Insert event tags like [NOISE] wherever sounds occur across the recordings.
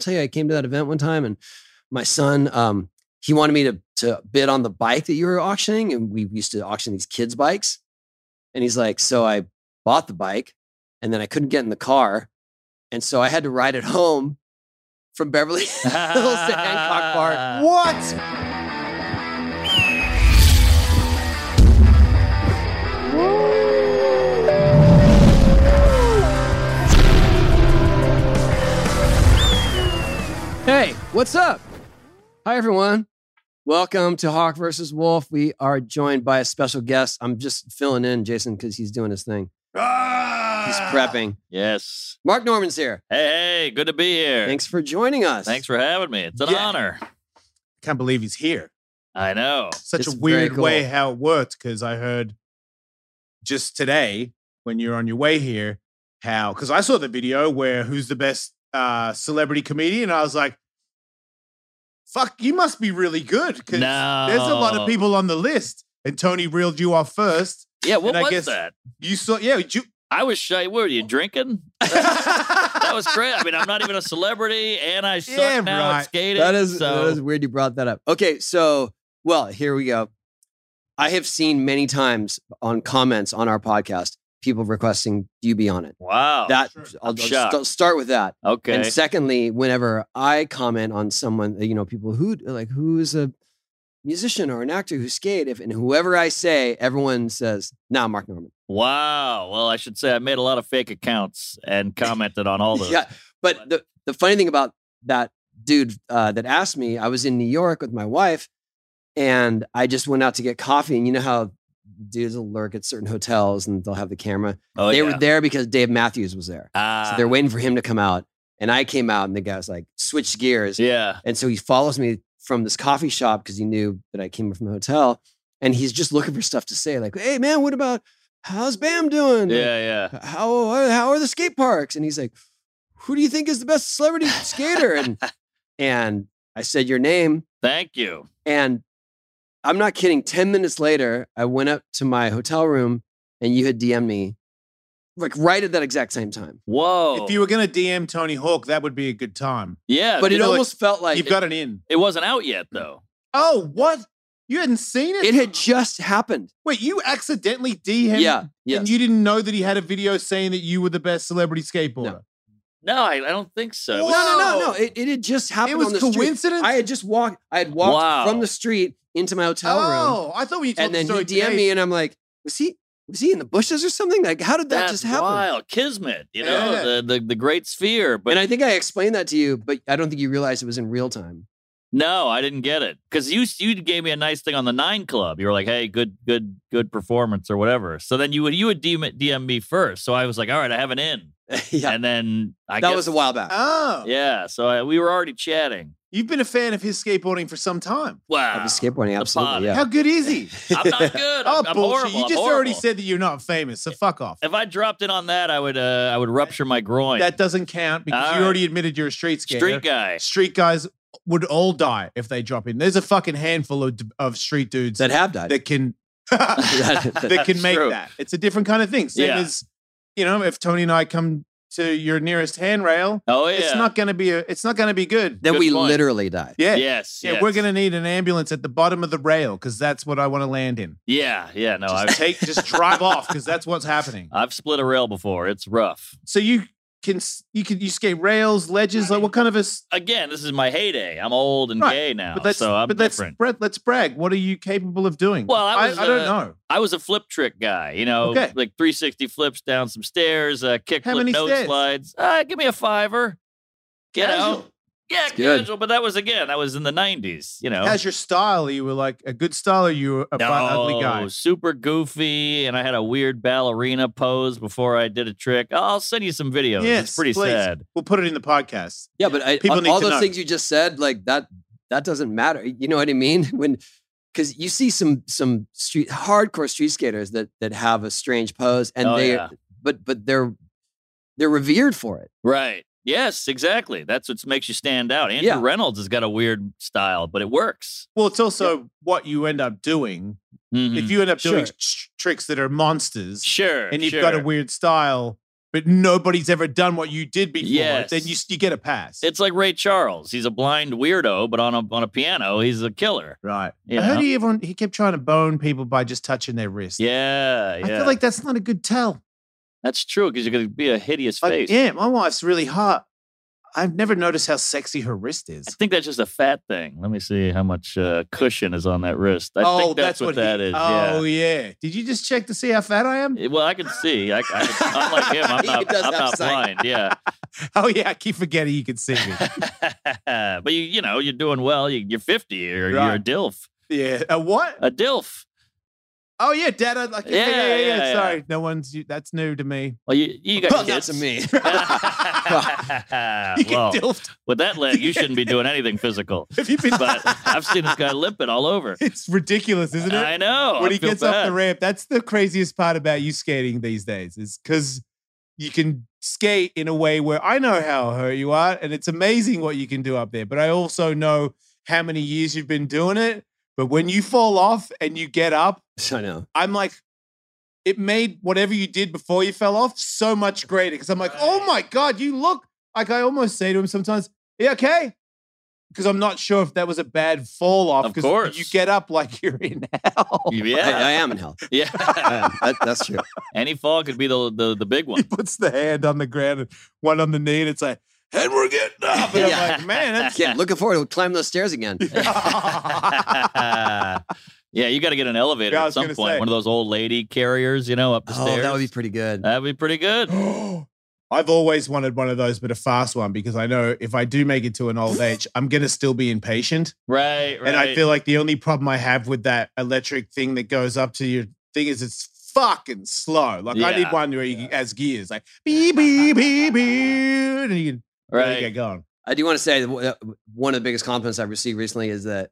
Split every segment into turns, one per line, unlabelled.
tell you, I came to that event one time and my son, um, he wanted me to, to bid on the bike that you were auctioning. And we used to auction these kids' bikes. And he's like, So I bought the bike and then I couldn't get in the car. And so I had to ride it home from Beverly [LAUGHS] Hills to Hancock Park.
What?
Hey, what's up? Hi, everyone. Welcome to Hawk versus Wolf. We are joined by a special guest. I'm just filling in Jason because he's doing his thing. He's
Ah!
prepping.
Yes.
Mark Norman's here.
Hey, hey, good to be here.
Thanks for joining us.
Thanks for having me. It's an
Yeah.
honor.
Can't believe he's here.
I know.
Such
It's
a
very
weird
cool.
way how it worked because I heard just today when you're on your way here how because I saw the video where who's the best uh, celebrity comedian. I was like, "Fuck, you must be really good because there's a lot
No.
of people on the list." And Tony reeled you off first.
Yeah, what
And I
was
guess-
that?
You saw, yeah,
[LAUGHS]
you.
I was shy. What were you drinking? That
[LAUGHS]
was great. I mean, I'm not even a celebrity, and I suck
Yeah,
now
right.
at skating.
That is,
so.
that is weird you brought that up. Okay, so, well, here we go. I have seen many times on comments on our podcast people requesting you be on it.
wow.
that
sure.
I'll, I'll
Oh, I'm
just
shocked.
st- start with that.
okay.
And secondly, whenever I comment on someone, you know, people who like who's a musician or an actor who skate, if and whoever I say, everyone says, "Nah, Mark Norman."
wow. Well, I should say I made a lot of fake accounts
[LAUGHS]
and commented on all
[LAUGHS]
those.
yeah, but the the funny thing about that dude uh, that asked me, I was in New York with my wife, and I just went out to get coffee, and you know how dudes will lurk at certain hotels and they'll have the camera.
Oh,
they
yeah.
were there because Dave Matthews was there,
Ah,
so they're waiting for him to come out, and I came out, and the guy was like, switched gears.
yeah.
And so he follows me from this coffee shop because he knew that I came from the hotel. And he's just looking for stuff to say, like, hey, man, what about how's Bam doing?
Yeah, yeah.
Like, How, are- how are the skate parks? And he's like, who do you think is the best celebrity skater? And,
[LAUGHS]
and I said, your name.
Thank you.
And I'm not kidding. 10 minutes later, I went up to my hotel room and you had DM'd me, like, right at that exact same time.
Whoa.
If you were gonna DM Tony Hawk, that would be a good time.
yeah,
But
you
it
know,
almost felt like
You've got an in.
it wasn't out yet, though.
Oh, what? You hadn't seen it?
it had just happened.
Wait, you accidentally DM
yeah. Yeah.
And you didn't know that he had a video saying that you were the best celebrity skateboarder.
No, I, I don't think so. It was-
No, no, no, no.
Whoa.
It, it had just happened
It
on
was
the street.
coincidence.
I had just walked. I had walked
Wow.
from the street into my hotel room,
oh, I thought when you told
and then
the
he
story
DM'd
today-
me, and I'm like, "Was he? Was he in the bushes or something? Like, how did that
That's
just happen?"
wild. Kismet, you know,
Yeah.
the, the the great sphere. But
and I think I explained that to you, but I don't think you realized it was in real
[LAUGHS]
time.
no, I didn't get it because you you gave me a nice thing on the Nine Club. You were like, "Hey, good good good performance" or whatever. So then you would you would DM, it- DM me first. So I was like, "All right, I have an in."
yeah,
And then I
that
guess, Ah,
was a while back.
Oh,
yeah. So I, we were already chatting.
you've been a fan of his skateboarding for some time.
Wow,
I've been skateboarding, absolutely.
pod.
Yeah.
How good is he?
I'm
[LAUGHS]
not good.
oh,
I'm, I'm
bullshit!
horrible.
you
I'm
just already
horrible.
said that you're not famous, so fuck off.
If I dropped in on that, I would uh, I would rupture my groin.
That doesn't count because
All
you
right.
already admitted you're a street skater.
Street guy.
Street guys would all die if they drop in. There's a fucking handful of, of street dudes
That have died.
that can [LAUGHS] that
That-
[LAUGHS]
can
That's
make
true.
that. It's a different kind of thing. Same
Yeah.
as, you know, if Tony and I come to your nearest handrail,
Oh yeah.
it's not gonna be a, it's not gonna be good.
That
Good
we
point.
literally died.
Yeah.
Yes,
Yeah,
yes.
we're gonna need an ambulance at the bottom of the rail because that's what I want to land in.
Yeah, yeah. No, I,
Just take, [LAUGHS] just drive off because that's what's happening.
I've split a rail before. It's rough.
[LAUGHS] So you can, s- you can, you skate rails, ledges. Like what kind of a? s-
Again, this is my heyday. I'm old and
Right,
gay now,
But let's,
so I'm
but let's,
different.
bra- let's brag. What are you capable of doing?
Well, I was,
I, don't
uh,
know.
I was a flip trick guy, you know,
Okay.
like 360 flips down some stairs, uh, kick
How
flip,
many
nose
stairs?
slides. Uh, give me a fiver. Get out. Yeah,
good.
casual. But that was again. That was in the 90s. You know.
How's your style? You were like a good style, or you were a bu- ugly guy.
No, super goofy, and I had a weird ballerina pose before I did a trick. I'll send you some videos.
Yes,
it's pretty
please.
sad.
We'll put it in the podcast.
Yeah, but I,
People
all,
need
all
to
those
know.
things you just said, like that, that doesn't matter. You know what I mean? [LAUGHS] When because you see some some street hardcore street skaters that that have a strange pose, and
Oh,
they
yeah.
but but they're they're revered for it.
Right. Yes, exactly. That's what makes you stand out. Andrew
Yeah.
Reynolds has got a weird style, but it works.
Well, it's also what you end up doing.
Mhm.
If you end up doing
Sure.
tr- tricks that are monsters
sure,
and you've
sure.
got a weird style, but nobody's ever done what you did before,
Yes.
then you, you get a pass.
It's like Ray Charles. He's a blind weirdo, but on a on a piano, he's a killer.
right.
You
I heard
know?
he everyone he kept trying to bone people by just touching their wrist.
Yeah, yeah.
I feel like that's not a good tell.
that's true because you're gonna be a hideous
Like,
face.
yeah, my wife's really hot. I've never noticed how sexy her wrist is.
I think that's just a fat thing. Let me see how much uh, cushion is on that wrist. I think that's, what,
Oh, he-
that is.
Oh yeah. Did you just check to see how fat I am?
yeah. Well, I can see. I, I can, unlike him,
[LAUGHS]
I'm
He
not,
does
I'm
have
not
sight.
blind. Yeah.
Oh yeah, I keep forgetting you can
[LAUGHS]
see me.
but you, you know, you're doing well. You, you're 50 or you're a
Right.
DILF.
yeah. A what?
A DILF.
Oh yeah, Dad. I, like, yeah, yeah, yeah, yeah,
yeah,
Sorry, no one's. You, that's new to me.
Well, you, you got
Well, not
kids.
to
[LAUGHS]
me.
[LAUGHS]
[LAUGHS]
You get
well,
dilfed.
with that leg, you shouldn't be doing anything physical.
Have you been?
[LAUGHS] But I've seen this guy limp it all over.
[LAUGHS] it's ridiculous, isn't it?
I know.
when
I
he
feel
gets
bad.
off the ramp, that's the craziest part about you skating these days is because you can skate in a way where I know how hurt you are, and it's amazing what you can do up there. But I also know how many years you've been doing it. But when you fall off and you get up,
I know.
I'm like, it made whatever you did before you fell off so much greater. Cause I'm like, oh my God, you look like I almost say to him sometimes, yeah, okay. Because I'm not sure if that was a bad fall off.
Of
'cause
course.
You get up like [LAUGHS] you're in hell.
I,
Yeah,
I am in hell.
yeah. [LAUGHS]
I am. That- that's true.
Any fall could be the the, the big
[LAUGHS] he
one. [LAUGHS]
puts the hand on the ground and one on the knee, and it's like, and we're getting up. And I'm like, man,
[LAUGHS]
that's.
Yeah, looking forward to climb those stairs [LAUGHS] again.
yeah, you got to get an elevator
Yeah, I
at
was
some
gonna
point.
say.
One of those old lady carriers, you know, up the
Oh,
stairs.
that would be pretty good.
That'd be pretty [LAUGHS] good.
[GASPS] I've always wanted one of those, but a fast one, because I know if I do make it to an old age, I'm going to still be impatient.
Right, right.
And I feel like the only problem I have with that electric thing that goes up to your thing is it's fucking slow. Like I
Yeah.
need one where you has gears, like beep beep beep beep, and you can really get
right.
going.
I do want to say that w- uh, one of the biggest compliments I've received recently is that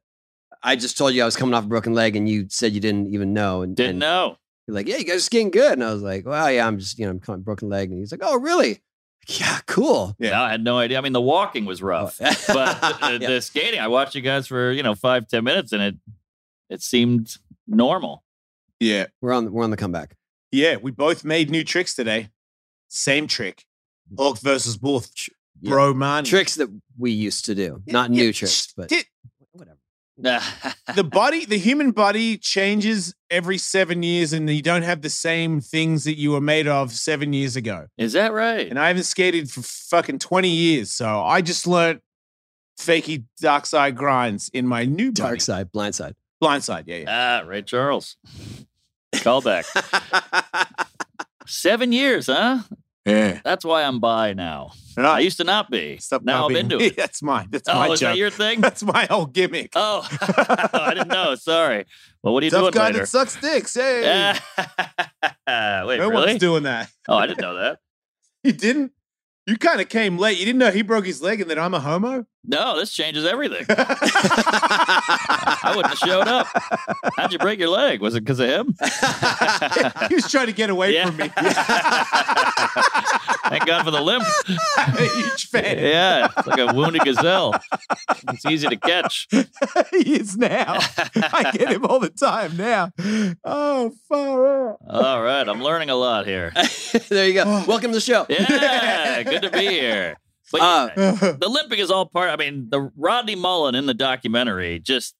I just told you I was coming off a broken leg, and you said you didn't even know. And
Didn't
and
know.
You're like, yeah, you guys are skiing good. And I was like, well, yeah, I'm just, you know, I'm coming off a broken leg. And he's like, oh, really? Yeah, cool.
Yeah.
No, I had no idea. I mean, the walking was
[LAUGHS]
[LAUGHS]
rough, but the,
Yeah.
the skating, I watched you guys for you know five ten minutes, and it it seemed
[LAUGHS]
normal.
Yeah,
we're on we're on the comeback.
yeah. We both made new tricks today. Same trick, Hawk versus Wolf,
Yeah.
bro, man.
Tricks that we used to do,
Yeah,
not
yeah,
new
sh-
tricks, but
di-
whatever.
the body, the human body changes every seven years, and you don't have the same things that you were made of seven years ago.
Is that right?
and I haven't skated for fucking 20 years. So I just learned fakey dark side grinds in my new
Dark
body.
side, blind side. [LAUGHS]
blind side. Yeah, yeah.
Ah, Ray Charles. Callback. Seven years, huh?
Yeah.
That's why I'm bi now. I
Right.
used to not be.
Ah. Stop
now I'm
copying
into
[LAUGHS] me.
it.
That's mine. That's
oh,
my
is that
joke.
your thing?
[LAUGHS] That's my whole gimmick.
Oh, I didn't know. Sorry. Well, what are [LAUGHS] you
Tough
doing
guy
later?
that sucks
[LAUGHS]
dicks. Hey.
Ah, Wait,
no
really?
one's doing that. [LAUGHS]
oh, I didn't know that.
You didn't. You kind of came late. You didn't know he broke his leg and that I'm a
[LAUGHS]
homo.
No, this changes everything. I wouldn't have showed up. How'd you break your leg? Was it because of him?
he was trying to get away
Yeah.
from me.
[LAUGHS]
[LAUGHS]
Thank God for the limp.
I'm a huge fan.
Yeah, it's like a wounded gazelle. It's easy to catch.
[LAUGHS]
[LAUGHS]
he is now. I get him all the time now. Oh, far out.
All right, I'm learning a lot here.
there you go. Welcome to the show.
Yeah, good to be here. But
Uh,
That's
the limping is all part. I mean, the Rodney Mullen in the documentary just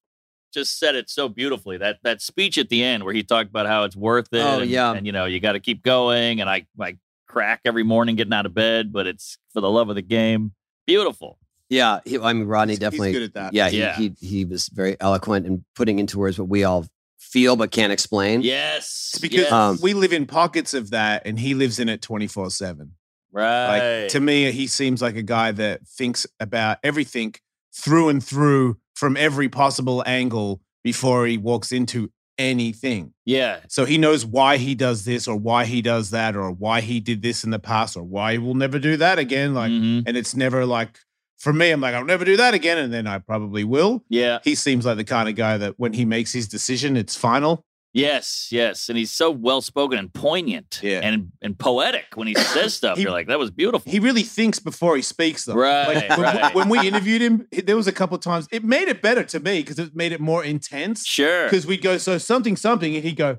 just said it so beautifully. That that speech at the end where he talked about how it's worth it.
Oh,
and,
yeah.
and you know you got to keep going. And I I crack every morning getting out of bed, but it's for the love of the game. Beautiful.
Yeah, he, I mean Rodney definitely.
[LAUGHS] He's good at that.
yeah, he,
Yeah.
he he was very eloquent in putting into words what we all feel but can't explain.
Yes,
It's because
yes,
Um,
we live in pockets of that, and he lives in it 24 7.
right.
Like, to me, he seems like a guy that thinks about everything through and through from every possible angle before he walks into anything.
yeah,
So he knows why he does this, or why he does that, or why he did this in the past, or why he will never do that again. Like,
mhm,
and it's never like, for me, I'm like, I'll never do that again. And then I probably will.
yeah,
he seems like the kind of guy that when he makes his decision, it's final.
yes, yes. And he's so well spoken and poignant,
Yeah.
and and poetic when he says stuff.
[COUGHS] He-
You're like, that was beautiful.
He really thinks before he speaks, though.
Right,
Like, when,
right.
when we interviewed him, there was a couple times it made it better to me because it made it more intense.
Sure.
Because we'd go so something something, and he'd go,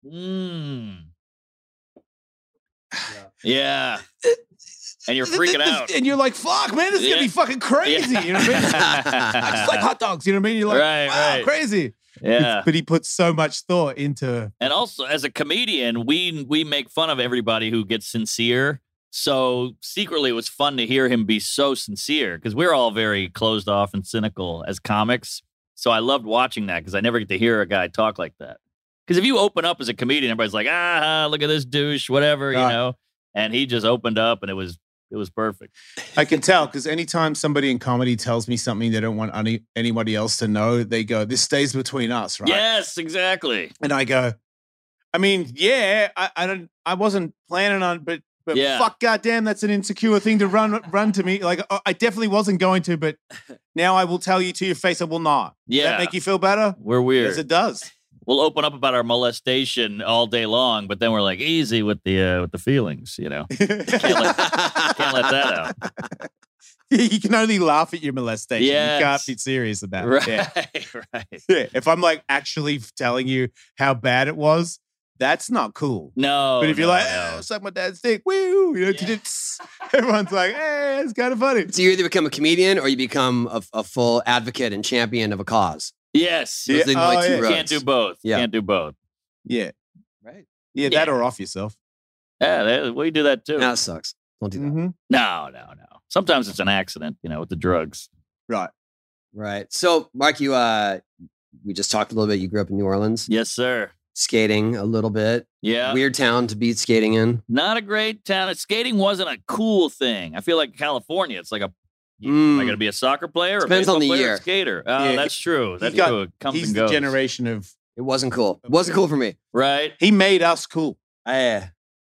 Mm. Yeah. And
[LAUGHS]
you're freaking out.
And you're like, fuck, man, this is
Yeah.
gonna be fucking crazy. You know what I
[LAUGHS]
mean? [LAUGHS] I just like hot dogs. You know what I mean? You're like,
Right,
wow,
right.
crazy.
Yeah.
But he puts so much thought into
And also, as a comedian, we we make fun of everybody who gets sincere. So secretly, it was fun to hear him be so sincere because we're all very closed off and cynical as comics. So I loved watching that because I never get to hear a guy talk like that. Because if you open up as a comedian, everybody's like, ah, look at this douche, whatever, you
Right.
know. And he just opened up, and it was it was perfect.
I can tell because anytime somebody in comedy tells me something they don't want any, anybody else to know, they go, "This stays between us," right?
Yes, exactly.
And I go, "I mean, yeah, I, I don't, I wasn't planning on, but, but
Yeah.
fuck, goddamn, that's an insecure thing to run, run to me. Like, I I definitely wasn't going
[LAUGHS]
to, but now I will tell you to your face, I will not. Does
Yeah,
that make you feel better?
we're weird.
Yes, it does. [LAUGHS]
we'll open up about our molestation all day long, but then we're like easy with the uh, with the feelings, you know. Can't let, can't let that
[LAUGHS]
out.
you can only laugh at your molestation. You can't
Yes.
be serious about it.
Right,
Yeah.
right.
Yeah, if I'm like actually telling you how bad it was, that's not cool.
No,
but if you're
no,
like,
no.
oh, suck my dad's dick, woo, you know, 'cause
Yeah.
it's- [LAUGHS] everyone's like, hey, it's kind of funny.
[LAUGHS] So you either become a comedian or you become a, a full advocate and champion of a cause.
yes,
Those
Yeah,
are the only
oh,
two
yeah.
you
roads.
can't do both.
Yeah.
Can't do both.
Yeah,
right.
yeah, that or off yourself.
Yeah, that, we do that too.
Now it sucks. Don't do that.
Mhm.
No, no, no. Sometimes it's an accident, you know, with the drugs.
Right. Mm-hmm.
Right. So, Mark, you uh, we just talked a little bit. You grew up in New Orleans,
Yes, sir.
skating a little bit.
Yeah.
Weird town to be skating in.
Not a great town. Skating wasn't a cool thing. I feel like California, it's like a.
Hmm.
Am I
Mm.
going to be a soccer player? Or a
Depends on
baseball
the
player or
year.
a skater. Oh,
Yeah,
that's true. That's
got-
true. It comes
He's
and
the
goes.
generation of
It wasn't cool. It wasn't cool for me.
right?
he made us cool,
I, uh,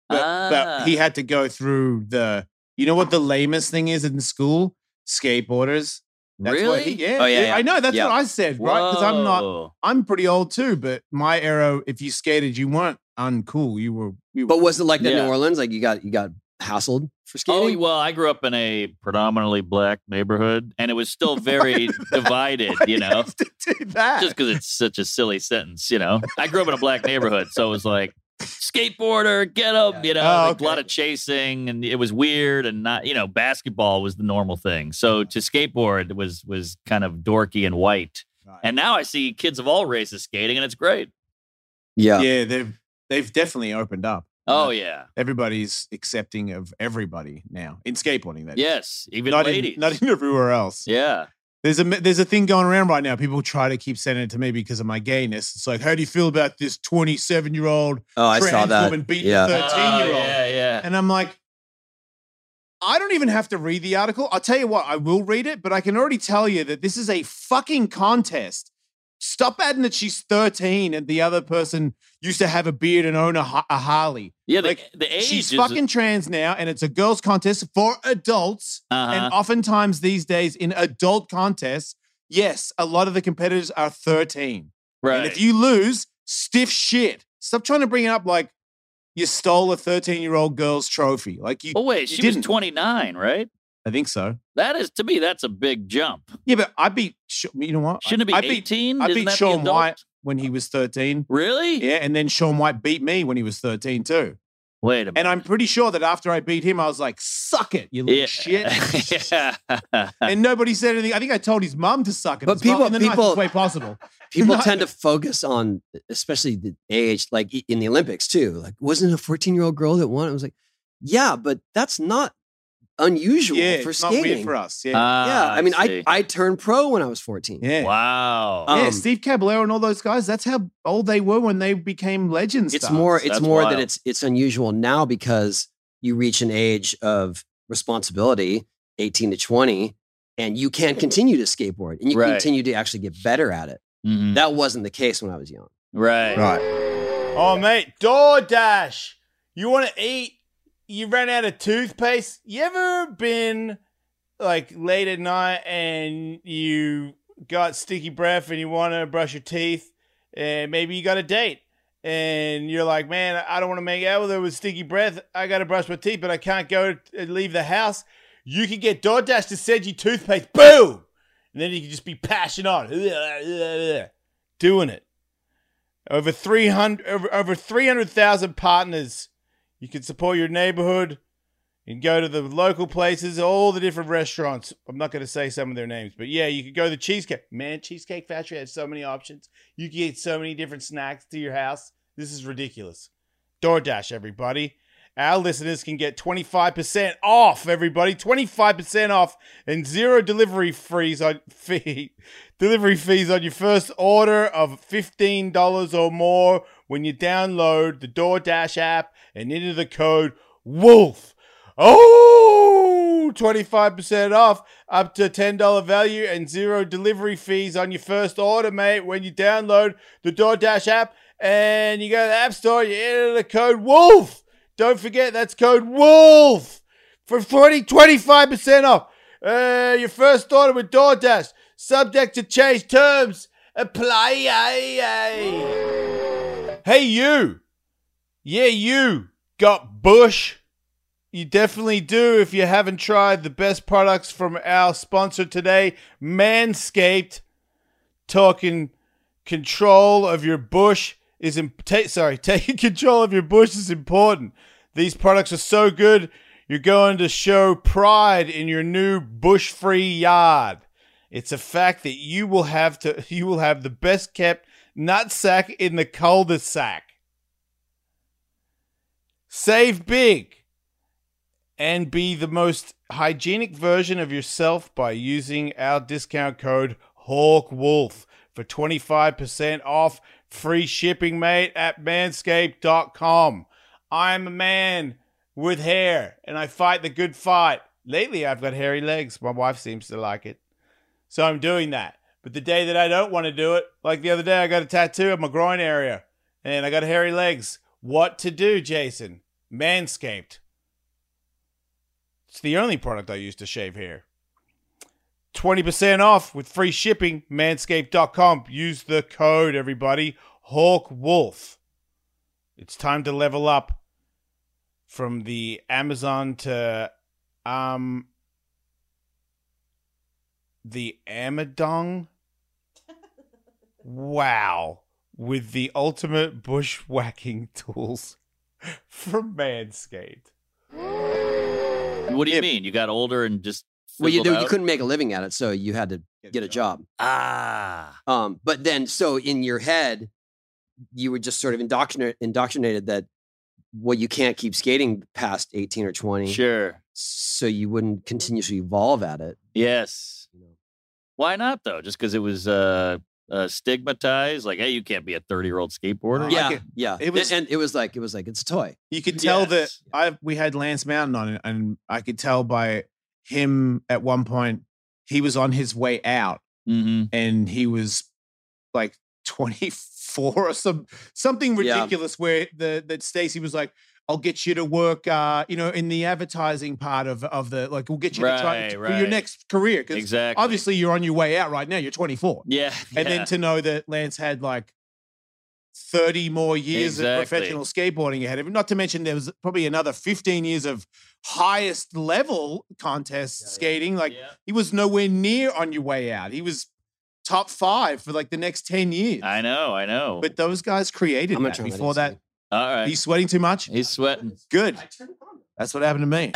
but,
Ah.
but he had to go through the. You know what the lamest thing is in school? Skateboarders. That's
really?
what he- yeah,
Oh, yeah,
yeah,
yeah.
I know. That's
Yeah.
what I said, right? Because I'm not.
Whoa.
I'm pretty old too, but my era, if you skated, you weren't uncool. You were, you were
but was it like that in
Yeah.
New Orleans? Like you got you got hassled for
Oh
skating?
well, I grew up in a predominantly black neighborhood, and it was
[LAUGHS]
still very divided. You know,
to do that.
just because it's such a silly sentence. You know, I grew up in a black neighborhood, so it was like skateboarder, get up. You know,
Oh,
like a lot
okay.
of chasing, and it was weird, and not you know, basketball was the normal thing. So to skateboard was was kind of dorky and white.
Right.
And now I see kids of all races skating, and it's great.
yeah.
yeah, they've they've definitely opened up.
Oh yeah,
Everybody's accepting of everybody now in skateboarding. That is.
yes, even
not
ladies.
in, not in everywhere else.
yeah.
There's a there's a thing going around right now. People try to keep sending it to me because of my gayness. It's like, how do you feel about this 27 year old
Oh, I
trans
saw that.
woman beating
Yeah.
a 13 year
Oh,
old?
Yeah, yeah.
And I'm like, I don't even have to read the article. I'll tell you what, I will read it, but I can already tell you that this is a fucking contest. Stop adding that she's 13 and the other person used to have a beard and own a, Ha- a Harley.
Yeah, the,
Like,
the age
She's
is
fucking trans now, and it's a girls' contest for adults.
uh-huh.
And oftentimes these days in adult contests, yes, a lot of the competitors are 13.
right.
And if you lose, stiff shit. Stop trying to bring it up like you stole a 13 year old girl's trophy. Like you,
oh wait,
you
she was
didn't.
29, right?
I think so.
That is to me, that's a big jump.
Yeah, but I beat, Sh- you know what?
Shouldn't it be
I beat
18?
I
Isn't
beat
that the
Shaun
adult?
White. when he was 13.
Really?
Yeah, and then Sean White beat me when he was 13 too.
Wait a minute.
And I'm pretty sure that after I beat him, I was like, suck it, you little
yeah. [LAUGHS]
shit.
yeah.
And nobody said anything. I think I told his mum to suck it.
But
as well,
people-
in the nicest
people-
[LAUGHS]
way possible. [LAUGHS]
People
Not-
tend to focus on, especially the age, like i- in the Olympics too. Like, wasn't it a 14 year old girl that won? I was like, yeah, but that's not unusual
yeah,
for
it's
skating.
not weird for us. Yeah.
yeah,
Ah,
I mean, I,
see.
I turned pro when I was 14.
yeah.
wow.
Um,
yeah, Steve Caballero and all those guys. That's how old they were when they became legends.
It's more it's
That's
more that
wild.
it's it's unusual now because you reach an age of responsibility, 18 to 20, and you can continue to skateboard and you
Right.
continue to actually get better at it.
Mhm.
That wasn't the case when I was young.
right.
right.
Oh, mate, DoorDash. You want to eat? You ran out of toothpaste? You ever been like late at night and you got sticky breath and you want to brush your teeth? And maybe you got a date and you're like, man, I don't want to make out with her with sticky breath. I got to brush my teeth, but I can't go and leave the house. You can get DoorDash to send you toothpaste. Boom! And then you can just be passionate on, doing it. Over 300 over, over 300,000 partners You can support your neighborhood and go to the local places, all the different restaurants. I'm not going to say some of their names, but yeah, you could go to the Cheesecake. Man, Cheesecake Factory has so many options. You can get so many different snacks to your house. This is ridiculous. DoorDash, everybody. Our listeners can get 25% off, everybody. 25% off and zero delivery fees on [LAUGHS] fee delivery fees on your first order of $15 or more when you download the DoorDash app and enter the code WOLF. Oh, 25% off, up to $10 value and zero delivery fees on your first order, mate, when you download the DoorDash app and you go to the App Store, you enter the code WOLF. Don't forget, that's code WOLF for 20, 25% off. Uh, your first order with DoorDash, subject to change terms. Apply. Hey, you. Yeah, you got Bush. You definitely do if you haven't tried the best products from our sponsor today, Manscaped. Talking control of your bush is Im- ta- sorry, [LAUGHS] taking control of your bush is important. These products are so good, you're going to show pride in your new bush-free yard. It's a fact that you will have to [LAUGHS] you will have the best kept nutsack in the cul-de-sac. Save big and be the most hygienic version of yourself by using our discount code HawkWolf for 25% off free shipping, mate, at manscaped.com. I'm a man with hair and I fight the good fight. Lately, I've got hairy legs. My wife seems to like it. So I'm doing that. But the day that I don't want to do it, like the other day, I got a tattoo of my groin area and I got hairy legs. What to do, Jason? Manscaped. It's the only product I use to shave hair. 20% off with free shipping, manscaped.com. Use the code, everybody, HawkWolf. It's time to level up from the Amazon to um the Amadong. Wow. With the ultimate bushwhacking [LAUGHS] tools from Manscaped.
What do you mean? You got older and just
Well, you,
fizzled
you
out?
couldn't make a living at it, so you had to get a job.
Ah,
Um, but then, so in your head, you were just sort of indoctrinated, indoctrinated that well, you can't keep skating past eighteen or twenty,
sure.
so you wouldn't continuously evolve at it.
Yes.
You know?
Why not though? Just because it was uh, uh, stigmatized, like, hey, you can't be a thirty-year-old skateboarder.
like
Yeah,
it.
yeah.
It was-
and, and it was like it was like it's a toy.
You could tell that
Yes.
I we had Lance Mountain on, it, and I could tell by him at one point he was on his way out,
Mm-hmm.
and he was like [LAUGHS] twenty four or some something
Yeah.
ridiculous. Where the that Stacy was like, "I'll get you to work, uh, you know, in the advertising part of of the like, we'll get you to try
Right,
to- for your
right.
next career because
Exactly.
obviously you're on your way out right now. You're twenty four,
Yeah.
and
yeah.
then to know that Lance had like 30 more years of
Exactly.
professional skateboarding ahead of him, not to mention there was probably another 15 years of highest level contest
Yeah, yeah.
skating. Like
Yeah.
he was nowhere near on your way out. He was top five for like the next 10 years.
I know. I know.
But those guys created
I'm gonna
that
turn that
before
into
that.
All right.
Are you
He's,
sweating too much?
sweating.
Good. That's what happened
[LAUGHS]
to me.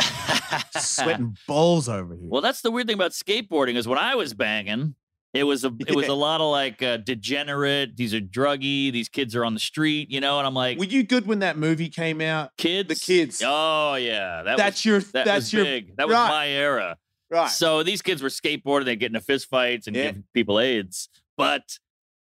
sweating balls over here.
Well, that's the weird thing about skateboarding is when I was banging, it was a it was
Yeah.
a lot of like uh, degenerate. These are druggy. These kids are on the street, you know. And I'm like,
Were you good when that movie came out?
kids,
The kids.
Oh yeah, that
that's
was,
your.
that
that's
was
your.
big. That was
right.
my era.
Right.
So these kids were skateboarding. They get into fist fights and
Yeah.
give people AIDS. But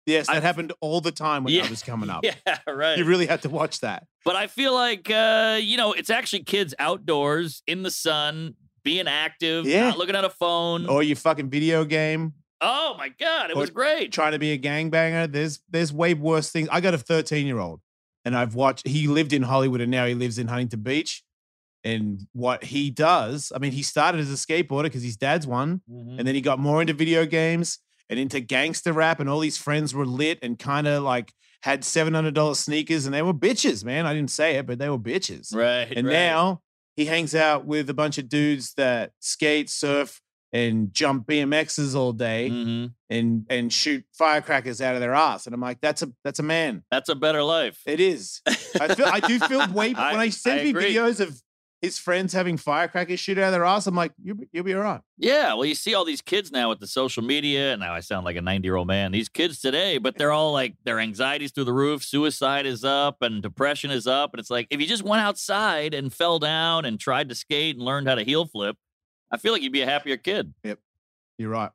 Yes, that
I-
happened all the time when I
Yeah,
was coming
[LAUGHS]
up.
yeah, right.
Oh You really had to watch that.
But I feel like uh, you know, it's actually kids outdoors in the sun, being active,
Yeah. Oh.
not looking at a phone.
Or your fucking video game,
oh my god, it
Or
was great.
trying to be a gangbanger. There's there's way worse things. I got a 13 year old, and I've watched. He lived in Hollywood, and now he lives in Huntington Beach. And what he does, I mean, he started as a skateboarder because his dad's one, and then he got more into video games and into gangster rap, and all his friends were lit and kind of like had seven hundred dollar sneakers, and they were bitches, man. I didn't say it, but they were bitches.
Right.
And
right.
now he hangs out with a bunch of dudes that skate, surf, and jump BMXs all day
hmm
and and shoot firecrackers out of their ass. And I'm like, that's a that's a man.
That's a better life.
It is. I feel I do
[LAUGHS]
feel way
I-
when I send
I
me
agree.
videos of his friends having firecrackers shoot out of their ass. I'm like, you'll be, you'll be all right.
Yeah, well, you see all these kids now with the social media. and Now I sound like a 90 year old man. These kids today, but they're all like, their anxiety's through the roof. Suicide is up and depression is up. And it's like, if you just went outside and fell down and tried to skate and learned how to heel flip, I feel like you'd be a happier kid.
You're right.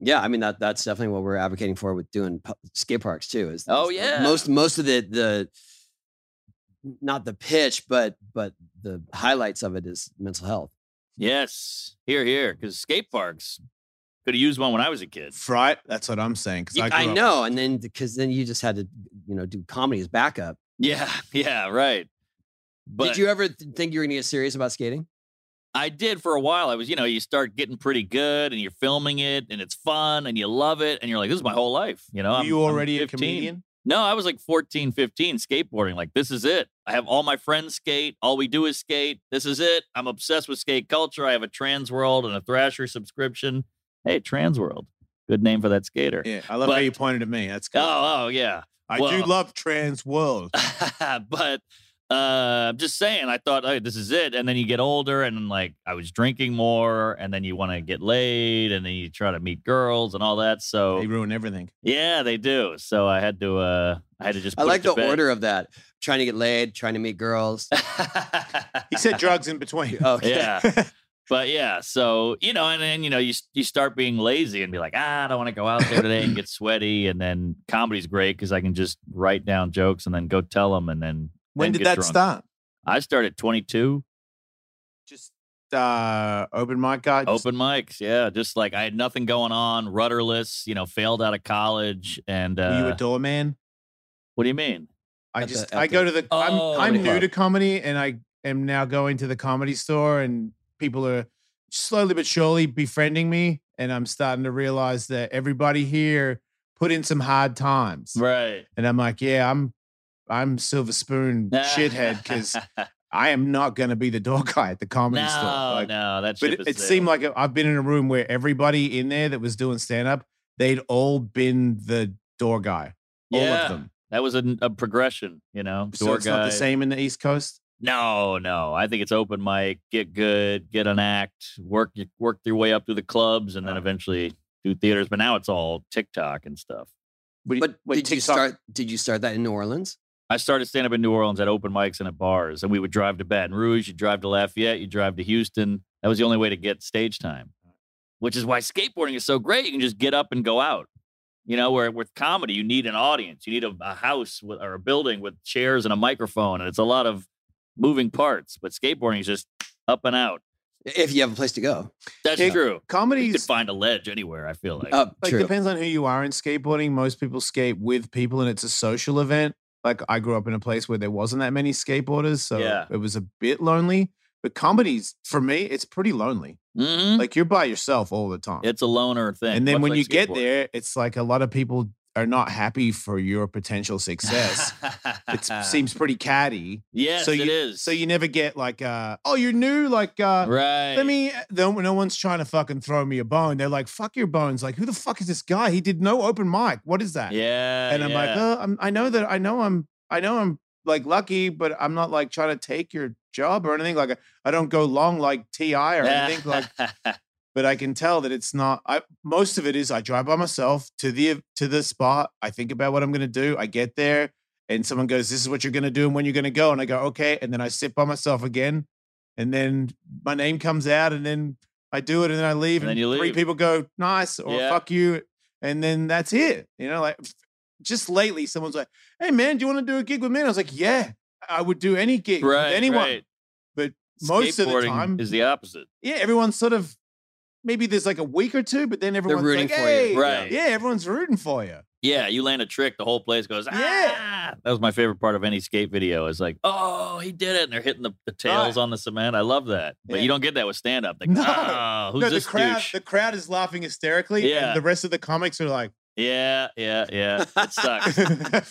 Yeah, I mean that that's definitely what we're advocating for with doing pu- skate parks too. Is
Oh,
is the-
yeah.
most most of the the not the pitch, but but the highlights of it is mental health.
Yes, here, here, because skate parks could have used one when I was a kid.
Right. That's what I'm saying. Because
Yeah,
I,
I,
grew up-
know, and then because then you just had to you know do comedy as backup.
Yeah, [LAUGHS] yeah, right. But
Did you ever th- think you were going to get serious about skating?
I did for a while. I was, you know, you start getting pretty good and you're filming it and it's fun and you love it and you're like, this is my whole life. You know,
Were
I'm-
you
I'm
already a
15.
comedian?
No, I was like 14, 15 skateboarding. Like, this is it. I have all my friends skate. All we do is skate. This is it. I'm obsessed with skate culture. I have a Trans World and a Thrasher subscription. Hey, Trans World. Good name for that skater.
Yeah. I love how
But-
you pointed at me. That's good.
Oh, oh, yeah.
I do
well-
love trans world.
[LAUGHS] but uh, I'm just saying, I thought, hey, this is it. And then you get older, and like I was drinking more, and then you want to get laid, and then you try to meet girls and all that. So
They ruin everything.
yeah, they do. So I had to, uh, I had to just.
I
put it
like
to
the
bed.
order of that: trying to get laid, trying to meet girls.
He
[LAUGHS]
said drugs in between.
Oh
[LAUGHS]
[LAUGHS]
yeah. But yeah, so you know, and then you know, you s- you start being lazy and be like, ah, I don't want to go out there today and get sweaty. And then comedy's great because I can just write down jokes and then go tell them. And then
when
then
did
get
that
drunk.
start?
I started 22.
Just uh open mic guy. Just-
open mics yeah just like i had nothing going on rudderless you know failed out of college and
Were
uh,
you a doorman?
what do you mean
I
At the-
just
at
I go to
the
the
Oh.
I'm I'm new
Comedy
to comedy and I am now going to the comedy store and people are slowly but surely befriending me and I'm starting to realize that everybody here put in some hard times.
right
And I'm like, yeah, I'm I'm
[LAUGHS]
silver spoon shithead cuz I am not going to be the door [LAUGHS] guy at the comedy
no
store. Like,
no that
But
ship
it,
is
it seemed like I've been in a room where everybody in there that was doing stand up, they'd all been the door guy.
yeah,
All of them.
that was a, a progression you know
So
door
it's not the
guy.
same in the East Coast.
no no i think it's open mic get good get an act work your work your way up through the clubs and then eventually do theaters but now it's all tiktok and stuff
What-
But
what
did you
TikTok-
start? Did you start that in New Orleans?
I started stand up in New Orleans at open mics and at bars, and we would drive to Baton Rouge, you drive to Lafayette, you drive to Houston. That was the only way to get stage time, which is why skateboarding is so great. You can just get up and go out. You know, where with comedy, you need an audience, you need a, a house with, or a building with chairs and a microphone, and it's a lot of moving parts. But skateboarding is just up and out.
If you have a place to go.
That's
Yeah.
true. You could
Comedy's
find a ledge anywhere. I feel like.
Uh,
like
true.
depends on who you are in skateboarding. Most people skate with people, and it's a social event. Like I grew up in a place where there wasn't that many skateboarders, so
Yeah.
it was a bit lonely. But comedy's for me, it's pretty lonely.
Mhm.
Like you're by yourself all the time,
it's a loner thing.
and then
much
when
like
you get
skateboarding.
there, it's like a lot of people are not happy for your potential success.
[LAUGHS]
it seems pretty catty.
yes,
so you,
it is.
So you never get like, uh, oh, you're new. Like, uh,
right.
Let me. No, no one's trying to fucking throw me a bone. They're like, "Fuck your bones." Like, who the fuck is this guy? He did no open mic. What is that?
Yeah.
And I'm like,
yeah.
oh, I'm, I know that. I know I'm. I know I'm like lucky, but I'm not like trying to take your job or anything. Like, I don't go long like Ti
[LAUGHS]
or anything. [LAUGHS] Like, but I can tell that it's not. I most of it is I drive by myself to the to the spot. I think about what I'm gonna do. I get there, and someone goes, "This is what you're gonna do, and when you're gonna go." And I go, "Okay." And then I sit by myself again, and then my name comes out, and then I do it, and then I leave,
And
and,
then you
three
leave.
people go, "Nice" or
Yeah.
"Fuck you," and then that's it. You know, like f- just lately, someone's like, "Hey man, do you want to do a gig with me?" And I was like, "Yeah, I would do any gig
right,
with anyone."
right.
Most of the
Skateboarding
time,
is the opposite.
yeah, everyone's sort of maybe there's like a week or two, but then everyone's
rooting
like,
for you.
hey,
Right.
yeah, everyone's rooting for you.
Yeah, you land a trick, the whole place goes. Ah!
Yeah.
that was my favorite part of any skate video. Is like, oh, he did it, and they're hitting the, the tails on the cement. I love that, but
Yeah.
you don't get that with stand up. Like,
No.
"Ah, who's
no, the
this
crowd,
douche?"
the crowd is laughing hysterically,
Yeah.
and the rest of the comics are like, [LAUGHS]
yeah, yeah, yeah. It sucks.
yeah,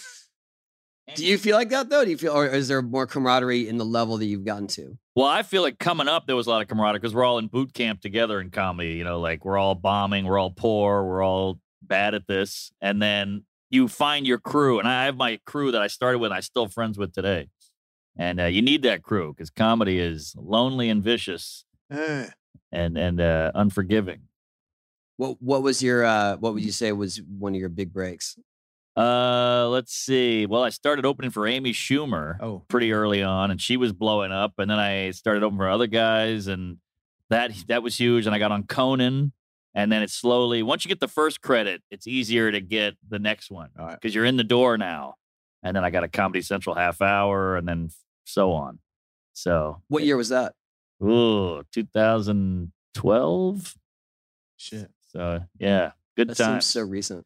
Do you feel like that though? Do you feel, or is there more camaraderie in the level that you've gotten to?
Well, I feel like coming up, there was a lot of camaraderie because we're all in boot camp together in comedy. You know, like we're all bombing, we're all poor, we're all bad at this. And then you find your crew. And I have my crew that I started with, and I'm still friends with today. And uh, you need that crew because comedy is lonely and vicious
Uh,
and, and uh, unforgiving.
What What was your uh, What would you say was one of your big breaks?
Uh, let's see. Well, I started opening for Amy Schumer
oh,
pretty early on, and she was blowing up. And then I started opening for other guys, and that that was huge. And I got on Conan, and then it slowly. Once you get the first credit, it's easier to get the next one
all right.
because you're in the door now. And then I got a Comedy Central half hour, and then so on. So,
What year was that?
ooh, 2012. [LAUGHS]
Shit.
So yeah, good
That
time.
seems so recent.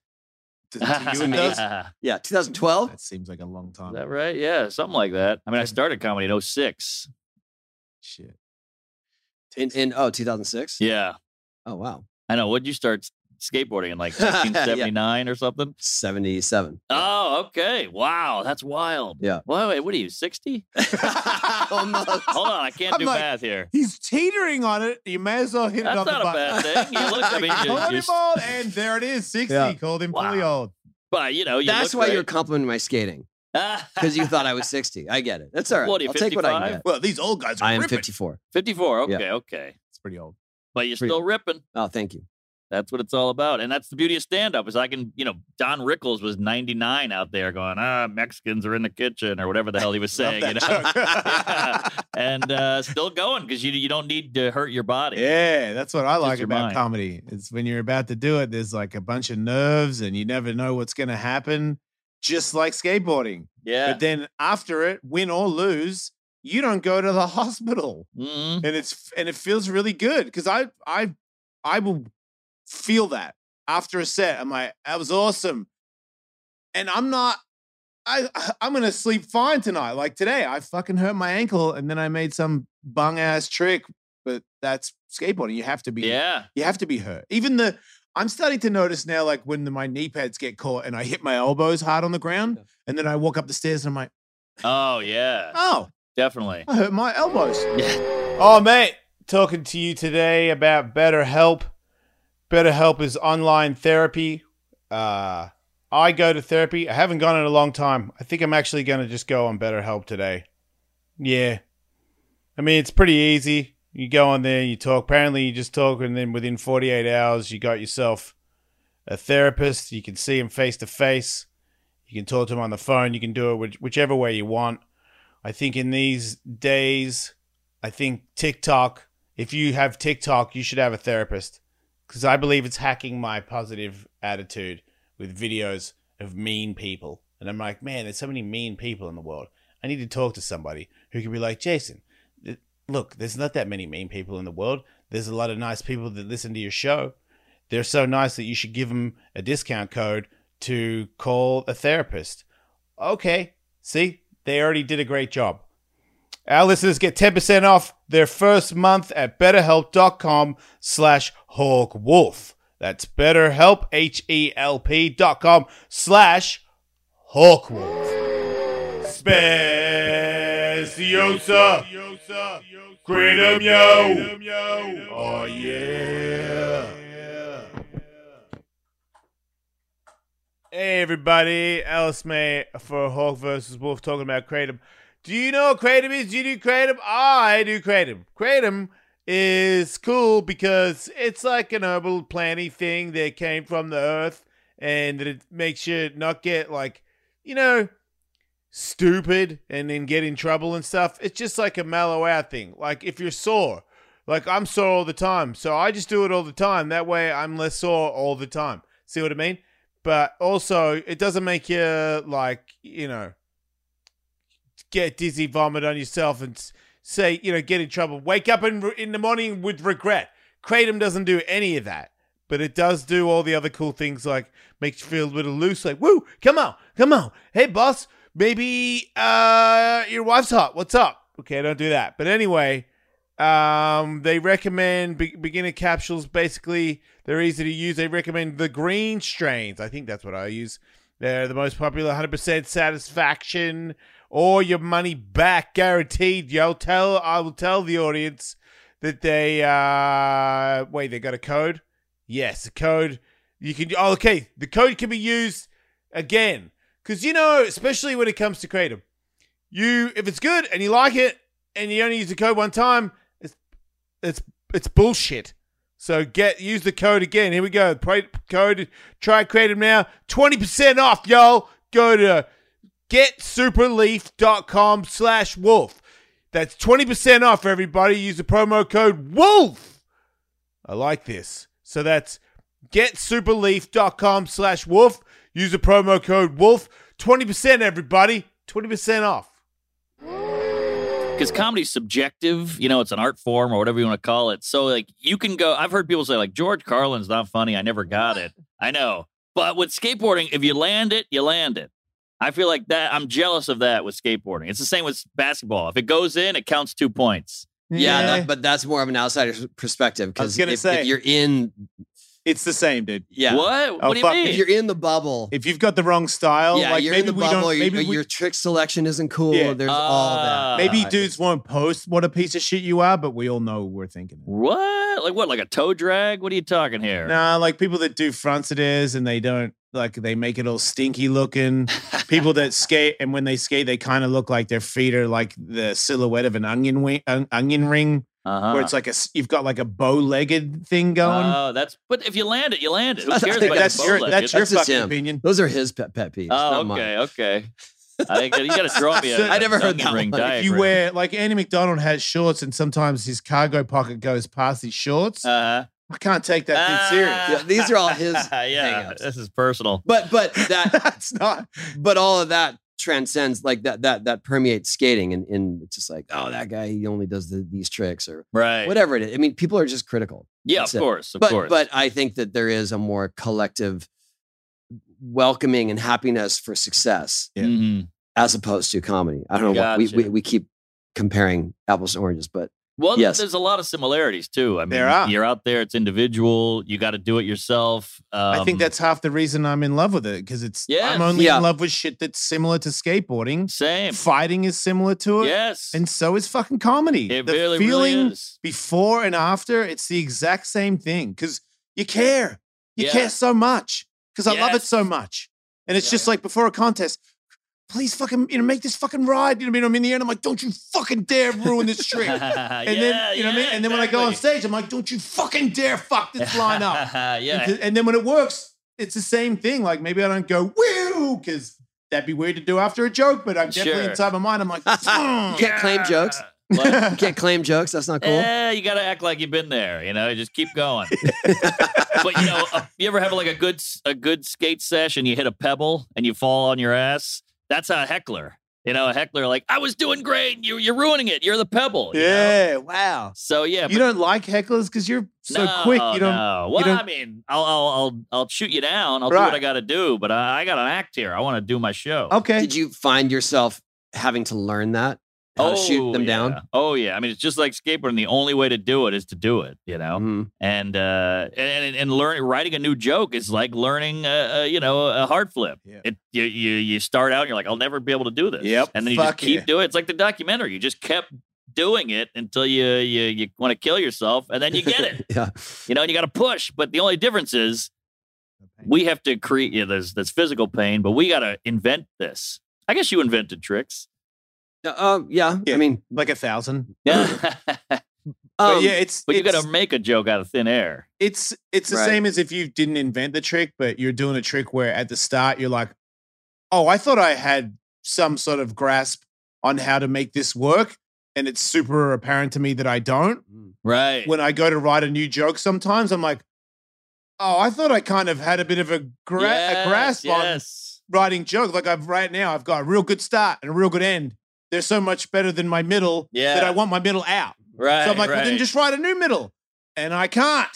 Does- to
[LAUGHS]
you and us,
Yeah, 2012.
that seems like a long time.
Is that right? Yeah, something like that. I mean, I started comedy in 06.
Shit.
In, in oh 2006.
Yeah.
Oh wow,
I know. What'd you start s- skateboarding in
[LAUGHS]
like
Yeah.
1979 or something?
77.
Oh, okay. Wow. That's wild.
Yeah.
Wait, wait, what are
[LAUGHS]
you, 60?
Almost.
Hold on. I can't
I'm
do
like-
math here.
He's teetering on it. You may as well hit
That's
it off the
not a
button.
bad thing. You
[LAUGHS]
look- I mean, you-
called
you-
him old, and there it is. Sixty
Yeah.
called him fully
Wow.
old.
But, you know, you
That's
look
why
great.
you're complimenting my skating because
[LAUGHS]
you thought I was 60. I get it. That's all right.
What are you,
I'll take what I can
55?
get.
Well, these old guys are
I am
ripping.
54. [LAUGHS]
54.
Yeah.
Okay. Okay.
It's pretty old.
But you're
Pretty-
still ripping.
Oh, thank you.
That's what it's all about. And that's the beauty of stand up is I can, you know, Don Rickles was 99 out there going, ah, Mexicans are in the kitchen or whatever the hell
[LAUGHS]
he was saying. you
Love
know? [LAUGHS]
that joke. [LAUGHS]
and uh, still going because you, you don't need to hurt your body.
Yeah, that's what I like
your
about
mind.
comedy. It's when you're about to do it, there's like a bunch of nerves and you never know what's going to happen, just like skateboarding.
Yeah.
But then after it, win or lose, you don't go to the [LAUGHS] hospital.
Mhm.
And it's and it feels really good cuz I I I will feel that after a set. I'm like, that was awesome. And I'm not I [LAUGHS] I'm going to sleep fine tonight. Like today, I fucking hurt my ankle and then I made some bung ass trick, but that's skateboarding. You have to be
Yeah.
you have to be hurt. Even the I'm starting to notice now, like when the, my knee pads get caught and I hit my elbows hard on the ground,
Yeah.
and then I walk up the stairs and I'm like,
Oh yeah.
oh,
Definitely.
I hurt my elbows.
Oh, mate, talking to you today about BetterHelp. BetterHelp is online therapy. Uh, I go to therapy. I haven't gone in a long time. I think I'm actually going to just go on BetterHelp today. Yeah. I mean, it's pretty easy. You go on there, you talk. Apparently, you just talk, and then within 48 hours, you got yourself a therapist. You can see him face to face. You can talk to him on the phone. You can do it which, whichever way you want. I think in these days, I think TikTok, if you have TikTok, you should have a therapist because I believe it's hacking my positive attitude with videos of mean people. And I'm like, man, there's so many mean people in the world. I need to talk to somebody who can be like, Jason, th- look, there's not that many mean people in the world. There's a lot of nice people that listen to your show. They're so nice that you should give them a discount code to call a therapist. Okay, see, they already did a great job. Our listeners get 10% off their first month at betterhelp.com slash hawkwolf. That's betterhelp, H-E-L-P dot com slash hawkwolf. Speciosa. Kratom yo. Oh, yeah. Hey, everybody. Alice May for Hawk versus Wolf talking about Kratom. Do you know what Kratom is? Do you do Kratom? I do Kratom. Kratom is cool because it's like an herbal planty thing that came from the earth and that it makes you not get like, you know, stupid and then get in trouble and stuff. It's just like a mellow out thing. Like if you're sore, like I'm sore all the time. So I just do it all the time. That way I'm less sore all the time. See what I mean? But also, it doesn't make you like, you know, get dizzy, vomit on yourself, and s- say, you know, get in trouble. Wake up in, re- in the morning with regret. Kratom doesn't do any of that, but it does do all the other cool things like makes you feel a little loose, like, woo, come on, come on. Hey, boss, maybe uh, your wife's hot. What's up? Okay, don't do that. But anyway, um, they recommend be- beginner capsules. Basically, they're easy to use. They recommend the green strains. I think that's what I use. They're the most popular 100% satisfaction or your money back guaranteed. Yo, tell I will tell the audience that they uh wait, they got a code? Yes, a code. You can oh, okay, the code can be used again. Cuz you know, especially when it comes to Kratom, you if it's good and you like it and you only use the code one time, it's it's it's bullshit. So get use the code again. Here we go. Pra- code try Kratom now. 20% off, y'all. Go to getsuperleaf.com slash wolf. That's 20% off, everybody. Use the promo code WOLF. I like this. So that's getsuperleaf.com slash wolf. Use the promo code WOLF. 20%, everybody. 20% off.
because comedy's subjective. You know, it's an art form or whatever you want to call it. So like you can go. I've heard people say like George Carlin's not funny. I never got it. I know, but with skateboarding, if you land it, you land it. I feel like that. I'm jealous of that with skateboarding. It's the same with basketball. If it goes in, it counts two points.
Yeah, that, but that's more of an outsider's perspective
I
because
was
if,
gonna
if
say.
you're in,
It's the same, dude.
yeah,
What? what do you
Oh, fuck.
if
mean?
you're in the bubble,
If you've got the wrong style,
yeah,
like
you're
maybe
in the
we
bubble.
don't.
or
Maybe
your,
we-
your trick selection isn't cool.
Yeah.
There's all
Ah.
that.
maybe
Uh,
dudes won't post what a piece of shit you are, but we all know what we're thinking.
What? Like what? Like a toe drag? What are you talking here?
Nah, like people that do fronts it is and they don't like they make it all
[LAUGHS]
stinky looking. people that skate and when they skate, they kind of look like their feet are like the silhouette of an onion wing, an onion ring,
Uh-huh.
Uh.
where it's like a s- you've got like a bow legged thing going.
Oh, that's. But if you land it, you land it. Who
I
cares
think
about
[LAUGHS] that's
the
your
bow leg? It-
that's your [LAUGHS]
That's just
fucking
him.
opinion.
Those are his pet, pet peeves.
Oh,
not mine.
okay, okay. I think you got to draw
[LAUGHS]
me. A,
I
never heard
onion
that
ring
one. If
If you
diagram.
wear like Andy McDonald has shorts and sometimes his cargo pocket goes past his shorts.
Uh-huh. Ah!
I can't take that thing serious.
Yeah, these are all his
[LAUGHS] yeah,
hang-ups.
this is personal.
But
[LAUGHS]
but that
That's not
but all of that transcends like that that that permeates skating and, and it's just like oh that guy he only does the, these tricks or
Right.
whatever it is. I mean people are just critical.
Yeah, of
That's it.
course. Of
but
course.
but I think that there is a more collective welcoming and happiness for success
Yeah.
Mhm.
as opposed to comedy. I don't know why we,
Gotcha.
we we keep comparing apples and oranges, but
well,
yes.
there's a lot of similarities too. I mean,
There are.
you're out there, it's individual, you got to do it yourself. Um,
I think that's half the reason I'm in love with it because it's
Yes.
I'm only
Yeah.
in love with shit that's similar to skateboarding.
same.
Fighting is similar to it,
Yes.
and so is fucking comedy.
it
the
really,
feeling
really is. [LAUGHS]
before and after, it's the exact same thing because you care, you
Yeah.
care so much because I love it
Yes.
so much, and it's
Yeah.
just like before a contest. Please fucking you know make this fucking ride. You know what I mean? I'm in the end. I'm like, don't you fucking dare ruin this
[LAUGHS]
trick. And
yeah,
then you know what I mean. And then when I go on stage, I'm like, don't you fucking dare fuck
[LAUGHS]
this line up.
yeah.
Because- And then when it works, it's the same thing. Like maybe I don't go woo because that'd be weird to do after a joke, but I'm definitely
Sure.
inside my mind.
[LAUGHS]
I'm like,
you
"Mm."
can't claim jokes.
[LAUGHS]
What?
You can't claim jokes. That's not cool.
Eh, you gotta act like you've been there. You know, just keep
[LAUGHS]
going. but you know, a, you ever have like a good s- a good skate sesh and you hit a pebble and you fall on your ass? That's a heckler. You know, a heckler like I was doing great. You you're ruining it. You're the pebble. you know?
yeah, wow.
So yeah,
You don't like hecklers because you're so
no,
quick. You don't.
No. Well,
don't-
I mean, I'll I'll I'll, I'll shoot you down. I'll do
Right.
what I got to do. But I, I got an act here. I want to do my show.
Okay.
Did you find yourself having to learn that? How to shoot them
yeah.
down?
Oh yeah. I mean, it's just like skateboarding. The only way to do it is to do it. You know.
Mhm.
and uh and and learning writing a new joke is like learning uh, uh you know a hard flip
Yeah.
it you, you you start out and you're like i'll never be able to do this
Yep.
and then you just
Fuck
keep
yeah.
doing it it's like the documentary you just kept doing it until you you, you want to kill yourself and then you get
[LAUGHS]
it
Yeah.
you know and you got to push but the only difference is we have to create you know, there's there's physical pain but we got to invent this i guess you invented tricks [LAUGHS]
Uh, Um, yeah,
Yeah.
I mean,
like a thousand.
yeah
um,
but yeah, it's
but you
it's,
got to make a joke out of thin air
it's it's the
Right.
same as if you didn't invent the trick, but you're doing a trick where at the start you're like, oh, I thought I had some sort of grasp on how to make this work, and it's super apparent to me that I don't.
mm.
right
when I go to write a new joke sometimes, I'm like, oh, I thought I kind of had a bit of a, gra- a grasp on
yes
writing jokes. Like I've right now, I've got a real good start and a real good end. They're so much better than my middle
Yeah.
that I want my middle out.
right
so I'm like, well, then
right.
just write a new middle. And I can't.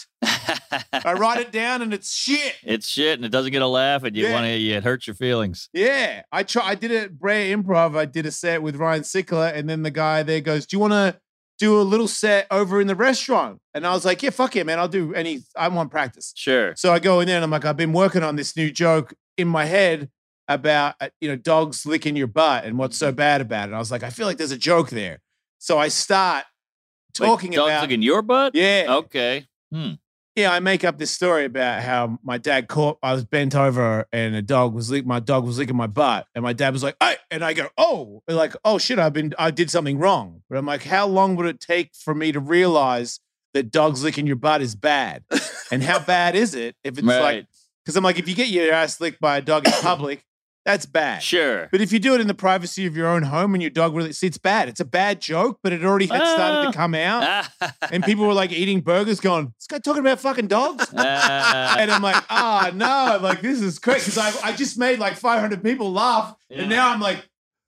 I write it down and it's shit.
[LAUGHS] it's shit and it doesn't get a laugh and you
Yeah.
want to it hurts your feelings
Yeah. I try I did it at Brea Improv. I did a set with Ryan Sickler, and then the guy there goes, Do you wanna do a little set over in the restaurant? And I was like, Yeah, fuck it, man. I'll do any I want practice.
sure
So I go in there and I'm like, I've been working on this new joke in my head about uh, you know dogs licking your butt and what's
Mm-hmm.
so bad about it. And I was like, I feel like there's a joke there, so I start
Wait,
talking
dogs
about
looking your butt. Oh.
yeah,
Okay.
yeah, I make up this story about how my dad caught. I was bent over and a dog was lick. My dog was licking my butt, and my dad was like, "Hey!" And I go, "Oh!" And like, "Oh shit! I've been. I did something wrong." But I'm like, "How long would it take for me to realize that dogs licking your butt is bad? and how bad is it if it's like?
right.
Because I'm like, if you get your ass licked by a dog in public, [COUGHS] that's bad. [LAUGHS]
sure.
But if you do it in the privacy of your own home and your dog really, see, it's bad. It's a bad joke, but it already had started
Ah.
to come out
[LAUGHS]
and people were like eating burgers, going, "This guy talking about fucking dogs."
Ah.
And
[LAUGHS]
I'm like, ah, no, like this is crazy because I, I just made like 500 people laugh,
Yeah.
and now I'm like,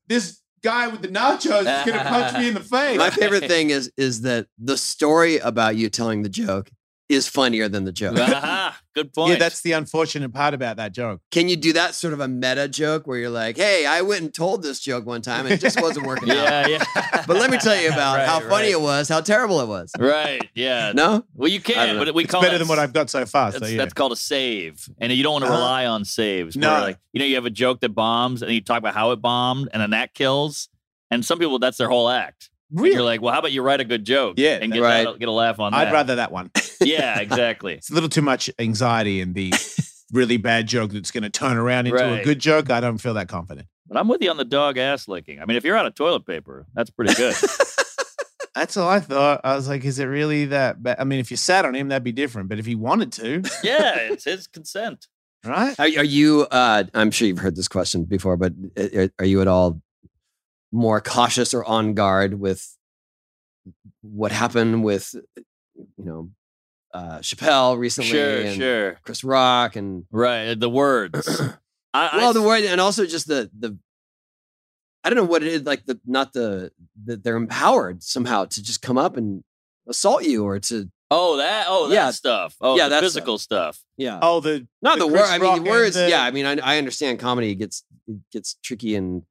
this guy with the nachos is gonna punch me in the
My
face.
favorite thing is is that the story about you telling the joke is funnier than the joke.
Aha, Uh-huh. Good point.
Yeah, [LAUGHS] that's the unfortunate part about that joke.
Can you do that sort of a meta joke where you're like, "Hey, I went and told this joke one time and it just wasn't working out."
yeah, [LAUGHS] yeah.
But let me tell you about
Right,
how funny
right.
it was, how terrible it was.
Right. Yeah.
No,
Well,
I
you
don't
can,
know.
but we
It's
call
better
that
than what I've got so far. So
That's,
yeah.
that's called a save, and you don't want to
Uh,
rely on saves.
no.
where, like you know, you have a joke that bombs, and you talk about how it bombed, and then that kills. And some people, that's their whole act. And
really?
You're like, well, how about you write a good joke?
Yeah,
and get
right.
that, get a laugh on that.
I'd rather that one.
[LAUGHS] Yeah, exactly.
It's a little too much anxiety
[LAUGHS]
in the really bad joke that's gonna turn around into a
Right.
good joke. I don't feel that confident.
but I'm with you on the dog ass licking. I mean, if you're out of toilet paper, that's pretty [LAUGHS] good.
That's all I thought. I was like, is it really that bad? I mean, if you sat on him, that'd be different. But if he wanted
[LAUGHS]
to,
yeah, it's his consent.
right?
Are, are you? Uh, I'm sure you've heard this question before, but uh, are, are you at all more cautious or on guard with what happened with, you know, uh, Chappelle recently
Sure,
and
sure.
Chris Rock and
Right, uh,
[CLEARS THROAT]
the words. I,
well,
I,
the word and also just the the. I don't know what it is like the not the that they're empowered somehow to just come up and assault you or to
oh that oh that
Yeah.
stuff. Oh
Yeah,
yeah,
that
the physical stuff.
yeah
Oh, the
not
the
the, word
Chris
I
Rock
mean
and
the words
the-
yeah I mean I, I understand comedy gets it gets tricky and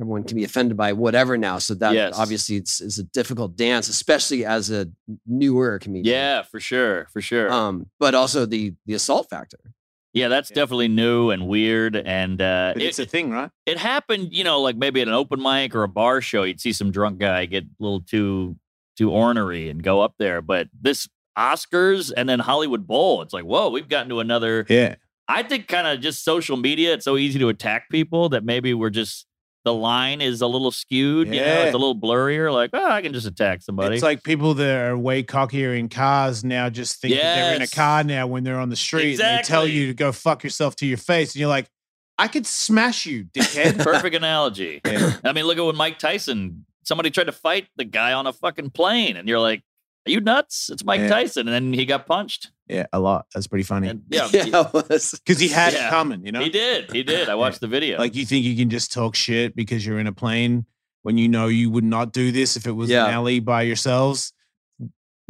everyone can be offended by whatever now so that
Yes.
obviously it's is a difficult dance especially as a newer comedian
Yeah, for sure, for sure.
um but also the the assault factor [LAUGHS]
Yeah, that's
Yeah.
definitely new and weird. And uh,
But
it,
it's a thing, right?
it happened, you know, like maybe at an open mic or a bar show, you'd see some drunk guy get a little too too ornery and go up there. But this Oscars and then Hollywood Bowl, it's like, whoa, we've gotten to another.
Yeah.
I think kind of just social media. It's so easy to attack people that maybe we're just the line is a little skewed. You know,
Yeah.
it's a little blurrier. Like, oh, I can just attack somebody.
It's like [LAUGHS] people that are way cockier in cars now just think that they're in a
Yes.
car now when they're on the street and they tell
Exactly.
you to go fuck yourself to your face. And you're like, I could smash
[LAUGHS]
you, dickhead.
Perfect analogy.
Yeah.
I mean, look at when Mike Tyson, somebody tried to fight the guy on a fucking plane, and you're like, are you nuts? It's Mike
Yeah.
Tyson. And then he got punched.
yeah, a lot. That's pretty funny.
And
[LAUGHS]
yeah,
it was-
Because he had it
Yeah.
coming, you know?
he did. He did. I watched the video.
Like you think you can just talk shit because you're in a plane when you know you would not do this if it was an
Yeah.
alley by yourselves.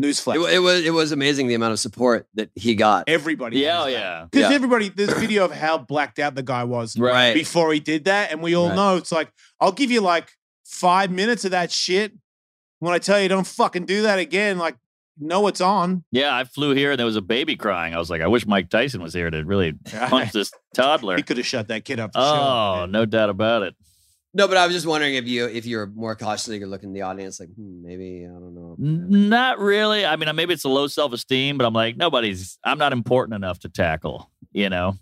Newsflash.
it, wa- it was it was amazing the amount of support that he got
everybody.
yeah, oh, yeah.
Because
Yeah.
everybody,
[CLEARS THROAT]
there's video of how blacked out the guy was.
right
before he did that. And we all
Right.
know it's like, I'll give you like five minutes of that shit. When I tell you don't fucking do that again, like, know
[LAUGHS]
it's on.
Yeah, I flew here and there was a baby crying. I was like, I wish Mike Tyson was here to
[LAUGHS]
really punch this toddler.
He could have shut that kid up. For
Oh,
sure.
no doubt about it.
No, but I was just wondering if you if you're more cautiously you're looking at the audience like hmm, maybe I don't know.
N- Not really. I mean, maybe it's a low self esteem, but I'm like, nobody's, I'm not important enough to tackle, you know?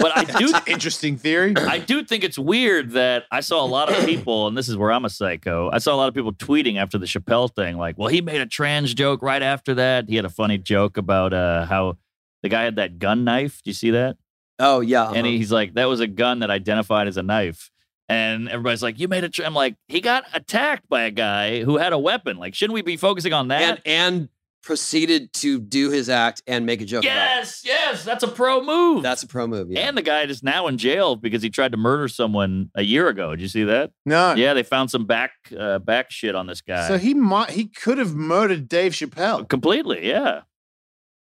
But I do
Interesting theory.
I do think it's weird that I saw a lot of people, and this is where I'm a psycho. I saw a lot of people tweeting after the Chappelle thing, like, "Well, he made a trans joke right after that. He had a funny joke about uh, how the guy had that gun knife. Do you see that?
Oh yeah, uh-huh.
And he- he's like, that was a gun that identified as a knife." And everybody's like, "You made a." Tra-. I'm like, he got attacked by a guy who had a weapon. Like, shouldn't we be focusing on that?
and and proceeded to do his act and make a joke. about it.
yes, yes, that's a pro move.
that's a pro move. Yeah.
And the guy is now in jail because he tried to murder someone a year ago. Did you see that?
[LAUGHS] No.
Yeah, they found some back uh, back shit on this guy.
So he might, he could have murdered Dave Chappelle.
completely, yeah.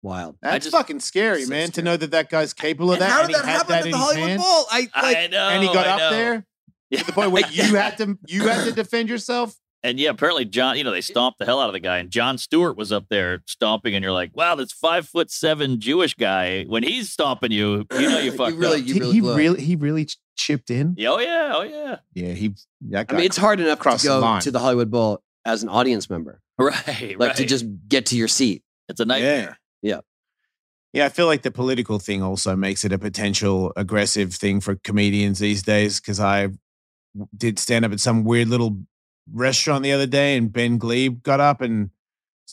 Wild.
That's
just-
fucking scary,
so
man, to
scary.
know that that guy's capable of that. and he had that in his hand,
Bowl? I
I know.
And he got
Oh,
I
up
know.
there
[LAUGHS]
Yeah.
to the point where you had to you had to defend yourself.
And yeah, apparently John, you know, they stomped the hell out of the guy, and John Stewart was up there stomping, and you're like, wow, this five foot seven Jewish guy. When he's stomping you, you know you fucked
[LAUGHS]
really,
up.
you
Did
really,
he
blew it.
really he really chipped in?
Yeah, Oh yeah, oh yeah. [LAUGHS]
Yeah, he. That
I
guy,
mean, it's hard enough to
Cross the
go
line.
to the Hollywood Bowl as an audience member,
Right,
like
right.
to just get to your seat.
it's a nightmare.
Yeah.
Yeah, I feel like the political thing also makes it a potential aggressive thing for comedians these days because I did stand up at some weird little restaurant the other day and Ben Glebe got up and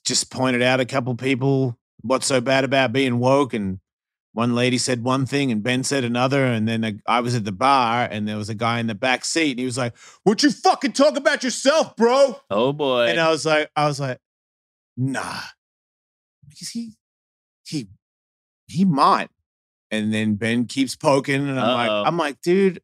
just pointed out a couple people what's so bad about being woke and one lady said one thing and Ben said another and then a- I was at the bar and there was a guy in the back seat and he was like, "Would you fucking talk about yourself, bro?"
Oh boy.
And uh, I was like, I was like, nah, because he, he, he might. And then Ben keeps poking, and I'm
Uh-oh.
like, I'm like, dude,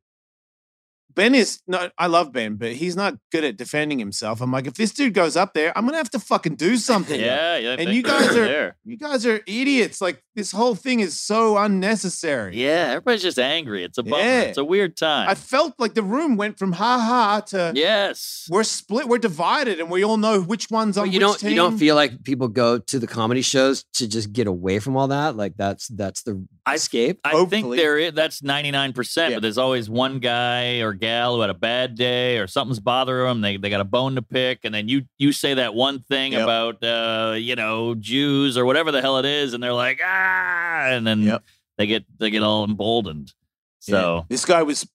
Ben is no, I love Ben, but he's not good at defending himself. I'm like, if this dude goes up there, I'm gonna have to
[LAUGHS]
fucking do something.
yeah, yeah.
And
thank
you guys
were
are-
there.
You guys are idiots. Like this whole thing is so unnecessary.
Yeah, everybody's just angry. It's a bummer.
Yeah.
It's a weird time.
I felt like the room went from ha ha to
yes.
we're split, we're divided, and we all know which one's on
But you
which
don't
team.
you don't feel like people go to the comedy shows to just get away from all that. Like that's that's the
I-
[LAUGHS]
escape.
I think
hopefully-
there is that's 99%,
Yeah.
but there's always one guy or gal who had a bad day or something's bothering them. They they got a bone to pick and then you you say that one thing
Yep.
about uh, you know, Jews or whatever the hell it is and they're like, "Ah!" and then
Yep.
they get they get all emboldened. So,
this guy was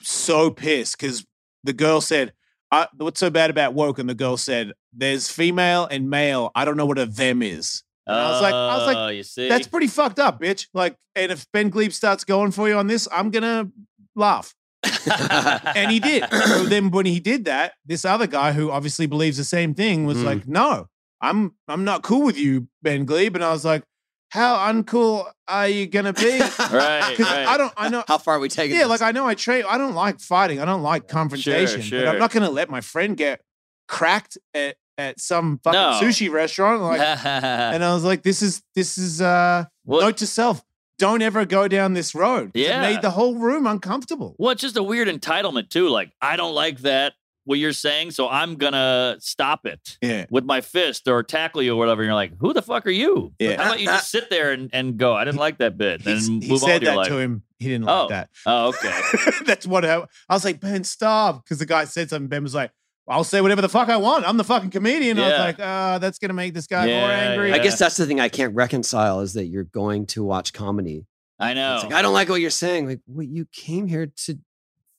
so pissed because the girl said, I, "What's so bad about woke?" And the girl said, "There's female and male. I don't know what a them is." And I was like- I was like,
"Oh, you see? [LAUGHS]
That's [LAUGHS] pretty fucked up, bitch. Like, and if Ben Glebe starts going for you on this, I'm gonna laugh. And he did. [COUGHS] so then when he did that, this other guy who obviously believes the same thing was
Hmm.
Mm.
like, "No, I'm I'm not cool with you, Ben Glebe." And I was like, "How uncool are you gonna be?" [LAUGHS]
right,
Because
right.
I don't,
[LAUGHS]
I know,
How far are we taking?
yeah,
this?
like I know I train. I don't like fighting. I don't like confrontation. But
sure.
I'm not going to let my friend get cracked at, at some fucking
No.
sushi restaurant.
[LAUGHS]
Like, and I was like, this is this is uh,
Well-
note to self: don't ever go down this road. 'Cause
Yeah.
it made the whole room uncomfortable.
Well, it's just a weird entitlement too. Like, I don't like that what you're saying, so I'm gonna stop it
Yeah,
with my fist or tackle you or whatever. And you're like, who the fuck are you?
Yeah.
How about you just sit there and, and go? I didn't like that bit.
He's-
And
he
move on
said
with your
that
life.
to him. He didn't
Oh.
like that. [LAUGHS]
Oh, okay.
That's what I, I was like. Ben, stop! Because the guy said something. Ben was like. I'll say whatever the fuck I want. I'm the fucking comedian. I was
Yeah.
like, uh, that's gonna make this guy more
Yeah,
angry.
yeah.
I guess that's the thing I can't reconcile is that you're going to watch comedy.
I know.
It's like, I don't like what you're saying. Like, what you came here to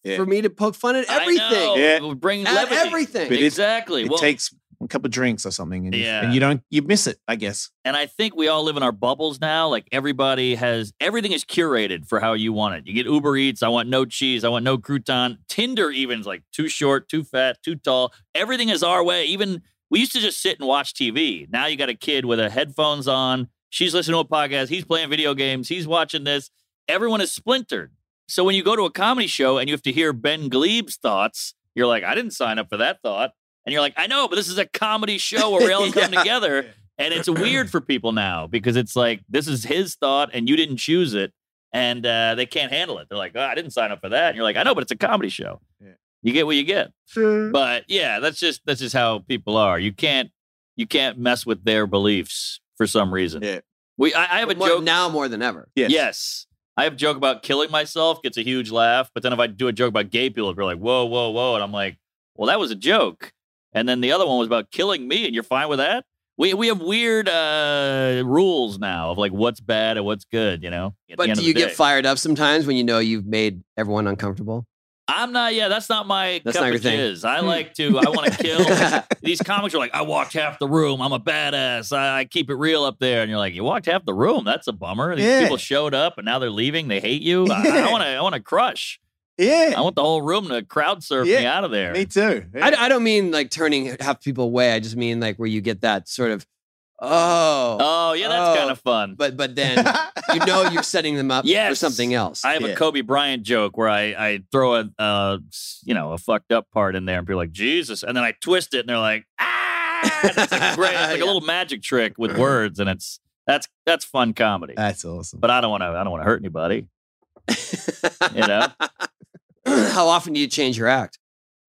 Yeah.
for me to poke fun at
I know.
everything.
Yeah.
It would Bring
At
levity.
everything.
But it-
exactly.
it
well,
takes a couple drinks or something, and,
Yeah.
and you don't you miss it, I guess.
and I think we all live in our bubbles now. Like everybody has everything is curated for how you want it. You get Uber Eats, I want no cheese, I want no crouton. Tinder even is like too short, too fat, too tall. Everything is our way. Even we used to just sit and watch TV. Now you got a kid with a headphones on. She's listening to a podcast, he's playing video games, he's watching this. Everyone is splintered. So when you go to a comedy show and you have to hear Ben Glebe's thoughts, you're like, I didn't sign up for that thought. And you're like, I know, but this is a comedy show where
[LAUGHS]
we all come
Yeah.
together. And it's weird for people now because it's like this is his thought and you didn't choose it, and uh, they can't handle it. They're like, "Oh, I didn't sign up for that." And you're like, "I know, but it's a comedy show.
Yeah.
You get what you get."
But
But yeah, that's just that's just how people are. You can't you can't mess with their beliefs for some reason.
Yeah.
We I, I have a
More-
joke
now more than ever.
yes.
Yes. I have a joke about killing myself, gets a huge laugh. But then if I do a joke about gay people, they're like, whoa, whoa, whoa. And I'm like, well, that was a joke. And then the other one was about killing me, and you're fine with that? We, we have weird uh, rules now of like what's bad and what's good, you know? at the
But
end
do
of
you
the
get
day.
fired up sometimes when you know you've made everyone uncomfortable? [LAUGHS]
I'm not, yeah, that's not my
That's
cup
not your
of
thing. Hmm.
jizz. I like to,
[LAUGHS]
I want to kill. These comics are like, I walked half the room. I'm a badass. I, I keep it real up there. And you're like, you walked half the room. That's a bummer. These
Yeah.
people showed up and now they're leaving. They hate you. I
Yeah.
want to, I want to crush. I
Yeah.
want the whole room to crowd surf me
Yeah,
out of there.
Me too.
I,
[LAUGHS]
I don't mean like turning half people away. I just mean like where you get that sort of oh,
Oh yeah, that's
Oh.
kind of fun.
but but then
[LAUGHS]
you know you're setting them up for
Yes.
something else.
I have a
Yeah.
Kobe Bryant joke where I, I throw a uh, s- you know a fucked up part in there and people are like Jesus, and then I twist it and they're like ah, And it's like great.
[LAUGHS]
It's like
Yeah.
a little magic trick with words, and it's that's that's fun comedy.
That's awesome.
but I don't want to. I don't want to hurt anybody. You know,
[CLEARS THROAT] How often do you change your act?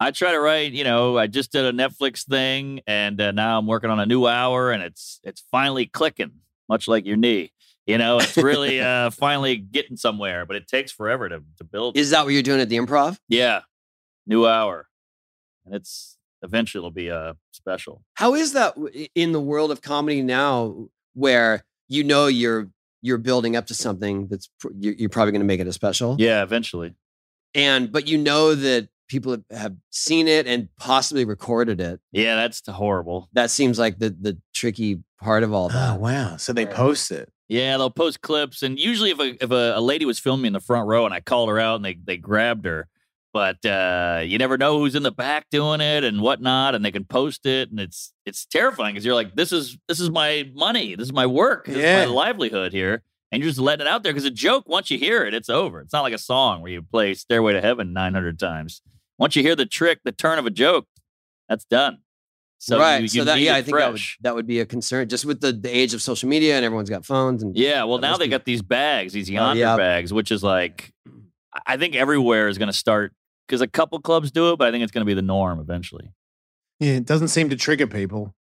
I try to write. You know, I just did a Netflix thing, and uh, now I'm working on a new hour, and it's it's finally clicking, much like your knee. You know, it's really uh, finally getting somewhere, but it takes forever to, to build.
Is that what you're doing at the improv?
yeah. New hour. And it's eventually it'll be a special.
How is that w- in the world of comedy now, where you know you're you're building up to something that's pr- you- you're probably going to make it a special?
Yeah, eventually.
and but you know that people have- have seen it and possibly recorded it.
Yeah, that's horrible.
That seems like the the tricky part of
Ah,
all
Oh
that.
wow! So they
Right.
post it.
Yeah, they'll post clips, and usually if a if a, a lady was filming in the front row, and I called her out, and they they grabbed her, but uh, you never know who's in the back doing it and whatnot, and they can post it, and it's it's terrifying because you're like, this is this is my money, this is my work, this
Yeah.
is my livelihood here, and you're just letting it out there because a joke once you hear it, it's over. It's not like a song where you play Stairway to Heaven 900 times. Once you hear the trick, the turn of a joke, that's done. So
right.
you, you
so that
need
yeah,
it
I think that would,
fresh.
that would be a concern just with the, the age of social media and everyone's got phones and
Yeah, well,
That
now
must
they
be-
got these bags, these
Oh,
yonder
yeah.
bags, which is like, I- I think everywhere is going to start because a couple clubs do it, but I think it's going to be the norm eventually.
Yeah, it doesn't seem to trigger people,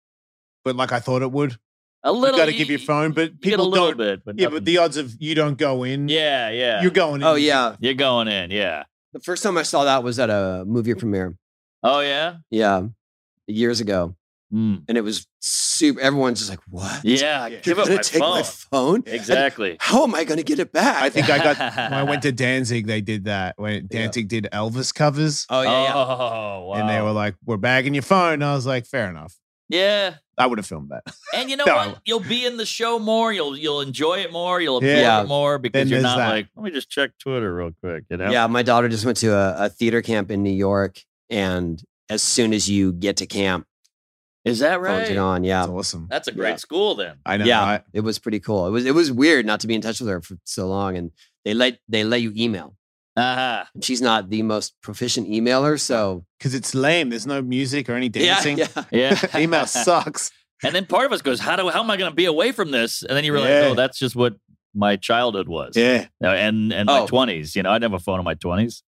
but like I thought it would.
A little. e,
you got to give your phone, but
You get a
people
little
don't.
bit, but
Yeah,
nothing-
but the odds of you don't go in.
yeah, yeah,
you're
you're,
going. In.
Oh yeah.
going in, yeah.
The first time I saw that was at a movie premiere.
Oh yeah,
Yeah. Years ago.
Mm.
And it was super everyone's just like, What?
yeah.
You're
You're
Give up
gonna
my
take
phone.
my phone?
Exactly.
How am I gonna get it back?
I [LAUGHS] think I got. when
[LAUGHS]
I went to Danzig, they did that. When
Yeah.
Danzig did Elvis covers,
[LAUGHS] Oh
Oh,
yeah, yeah.
wow.
and they were like, "We're bagging your phone." And I was like, "Fair enough."
yeah.
I would have filmed that.
And you know
[LAUGHS] No.
what? You'll be in the show more. You'll you'll enjoy it more. You'll absorb
Yeah.
it more because
Then
you're
there's
not
that.
like, let me just check Twitter real quick. You know?
Yeah, my daughter just went to a, a theater camp in New York, and as soon as you get to camp,
Is that
phones
right?
are on. Yeah,
That's awesome.
That's a
Yeah.
great school then.
Oh, I know.
Oh. Uh, yeah,
right?
it was pretty cool. It was it was weird not to be in touch with her for so long, and they let they let you email.
[LAUGHS]
Uh-huh.
And She's not the most proficient emailer, so
because it's lame. There's no music or any
Yeah, [LAUGHS]
dancing.
yeah,
[LAUGHS]
Yeah.
Email sucks.
And then part of us goes, how do how am I going to be away from this? And then you realize,
Yeah.
oh, that's just what my childhood was.
Yeah.
No, And and my
Oh.
twenties, you know, I didn't have a phone in my twenties.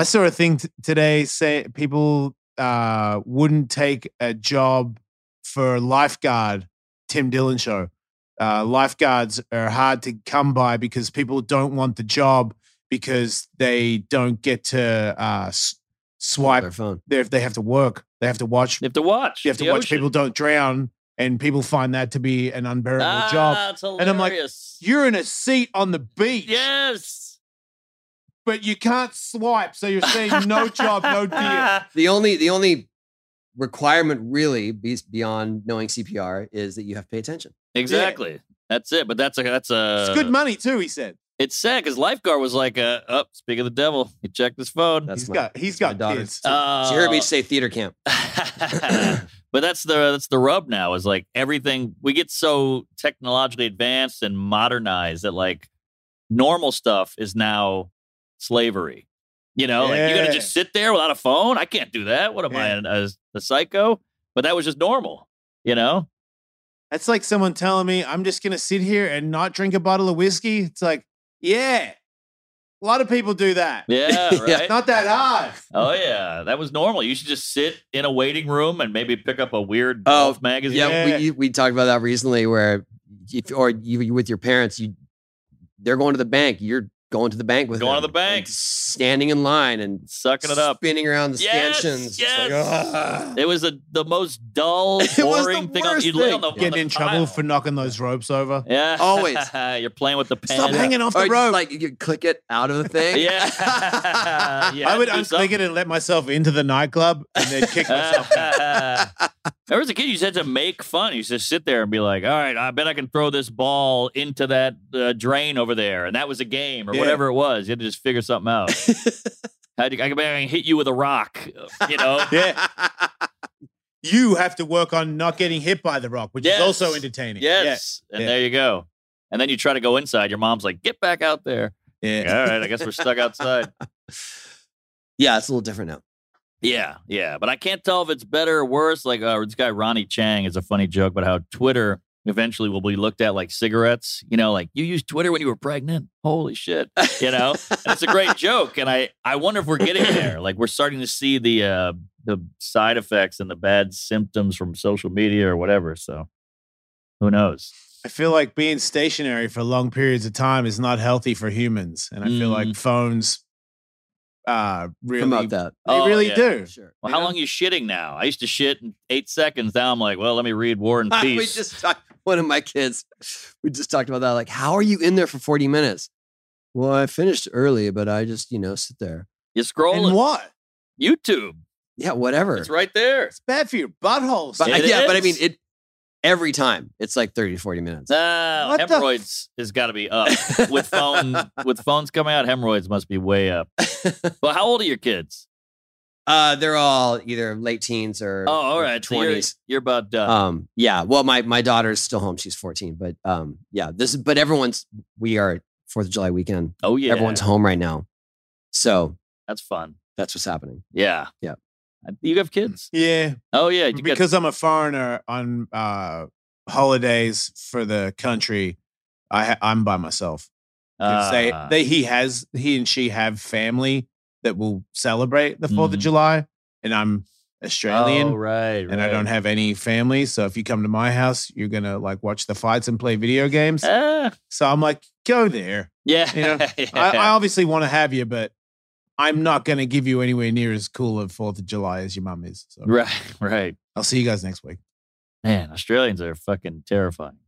I saw a thing t- today say people uh, wouldn't take a job for lifeguard. Tim Dillon show. Uh, lifeguards are hard to come by because people don't want the job because they don't get to uh, s- swipe.
their phone.
They they have to work. They have to watch.
You have to watch.
You have to
the
watch
ocean.
people don't drown, and people find that to be an unbearable
ah,
job.
It's
And I'm like,
hilarious.
You're in a seat on the beach,
yes.
but you can't swipe, so you're saying no job,
[LAUGHS]
no deal.
The only the only requirement really be, beyond knowing CPR is that you have to pay attention.
Exactly. That's it. But that's a that's a
It's good money too. He said.
It's sad because lifeguard was like, uh, oh, speak of the devil. He checked his phone.
That's
He's
my,
got he's
my
got
daughter's-
kids.
She heard
uh,
me say theater camp. [CLEARS THROAT]
[LAUGHS] but that's the that's the rub now is like everything we get so technologically advanced and modernized that like normal stuff is now slavery. You know, like you gotta
Yeah.
just sit there without a phone. I can't do that. What am I,
Yeah.
an- a, a psycho? But that was just normal. You know,
That's like someone telling me I'm just gonna sit here and not drink a bottle of whiskey. It's like, yeah, a lot of people do that.
yeah,
[LAUGHS] Yeah.
right.
Not that hard.
oh yeah, that was normal. You should just sit in a waiting room and maybe pick up a weird
Oh,
golf magazine.
Yeah,
Yeah.
we we talked about that recently. Where if or you, you with your parents, you they're going to the bank. You're going to the bank with
Going to
them
the bank.
and standing in line and
sucking it up.
spinning around the
Yes,
stanchions. just
yes.
"Ugh."
It was a, the most dull,
[LAUGHS] It was the
boring thing. on-
worst
You lay on
thing.
the, on
Getting
the
in trouble
tile.
for [LAUGHS] knocking those ropes over.
yeah.
Always.
[LAUGHS] You're playing with the pen.
Stop hanging off
oh,
Or
the
just,
rope.
like you could click it out of the thing.
[LAUGHS]
[LAUGHS]
Yeah. yeah.
I would
do
unclick
something.
it and let myself into the nightclub and
[LAUGHS]
then kick myself. out.
there was a kid you just had to make fun. You just sit there and be like, "All right, I bet I can throw this ball into that uh, drain over there," and that was a game or
Yeah.
whatever it was. You had to just figure something
[LAUGHS]
out. How'd you, I can I can hit you with a rock, you know?
Yeah. You have to work on not getting hit by the rock, which
Yes.
is also entertaining.
Yes. And
[LAUGHS] Yeah.
there you go. And then you try to go inside. Your mom's like, get back out
[LAUGHS]
there.
Yeah.
All right. I guess we're stuck outside.
yeah, it's a little different now.
Yeah. Yeah. But I can't tell if it's better or worse. Like uh, this guy, Ronnie Chang, is a funny joke about how Twitter eventually will be looked at like cigarettes. You know, like you used Twitter when you were pregnant. Holy shit. You know, and it's a great joke. And I, I wonder if we're getting there. Like we're starting to see the, uh, the side effects and the bad symptoms from social media or whatever. So who knows?
I feel like being stationary for long periods of time is not healthy for humans, and I feel like
Mm.
phones uh really
Promote that.
they
Oh,
really
yeah.
do.
Sure.
Well,
You
how
know?
long you shitting now? I used to shit in eight seconds. Now I'm like, well, let me read War and
[LAUGHS] [LAUGHS] we
Peace.
just talked, one of my kids, we just talked about that. Like, how are you in there for 40 minutes? Well, I finished early, but I just, you know, sit there.
you
And
scroll
what?
YouTube.
Yeah, whatever.
It's right there.
It's bad for your buttholes.
But,
It
yeah, but I
is.
mean, it every time it's like 30 to 40 minutes.
Ah,
What the f-
hemorrhoids has got to be up
[LAUGHS]
with phone
[LAUGHS]
with phones coming out. Hemorrhoids must be way up. But how old are your kids?
Uh, they're all either late teens or
Oh, all right, so you're,
20s.
you're about
Uh,
done.
Um, yeah. Well, my my daughter's still home. She's 14, but um, yeah. This, is- but everyone's we are Fourth of July weekend.
oh yeah,
Everyone's home right now, so
that's fun.
that's what's happening.
Yeah,
Yeah.
Uh, You have kids?
yeah,
Oh yeah, you got-
because I'm a foreigner on uh holidays for the country. I ha- I'm by myself. Because they,
Ah,
they, he has, he and she have family that will celebrate the 4th of
Mhm.
July, and I'm Australian,
Oh, right,
and I don't have any family. So if you come to my house, you're gonna like watch the fights and play video games.
have.
So I'm like, go there.
Eh, yeah,
You know,
[LAUGHS]
I, I obviously want to have you, but I'm not gonna give you anywhere near as cool of Fourth of July as your mum is. So
right, right.
I'll see you guys next week.
Man, Australians are fucking
[LAUGHS]
terrifying.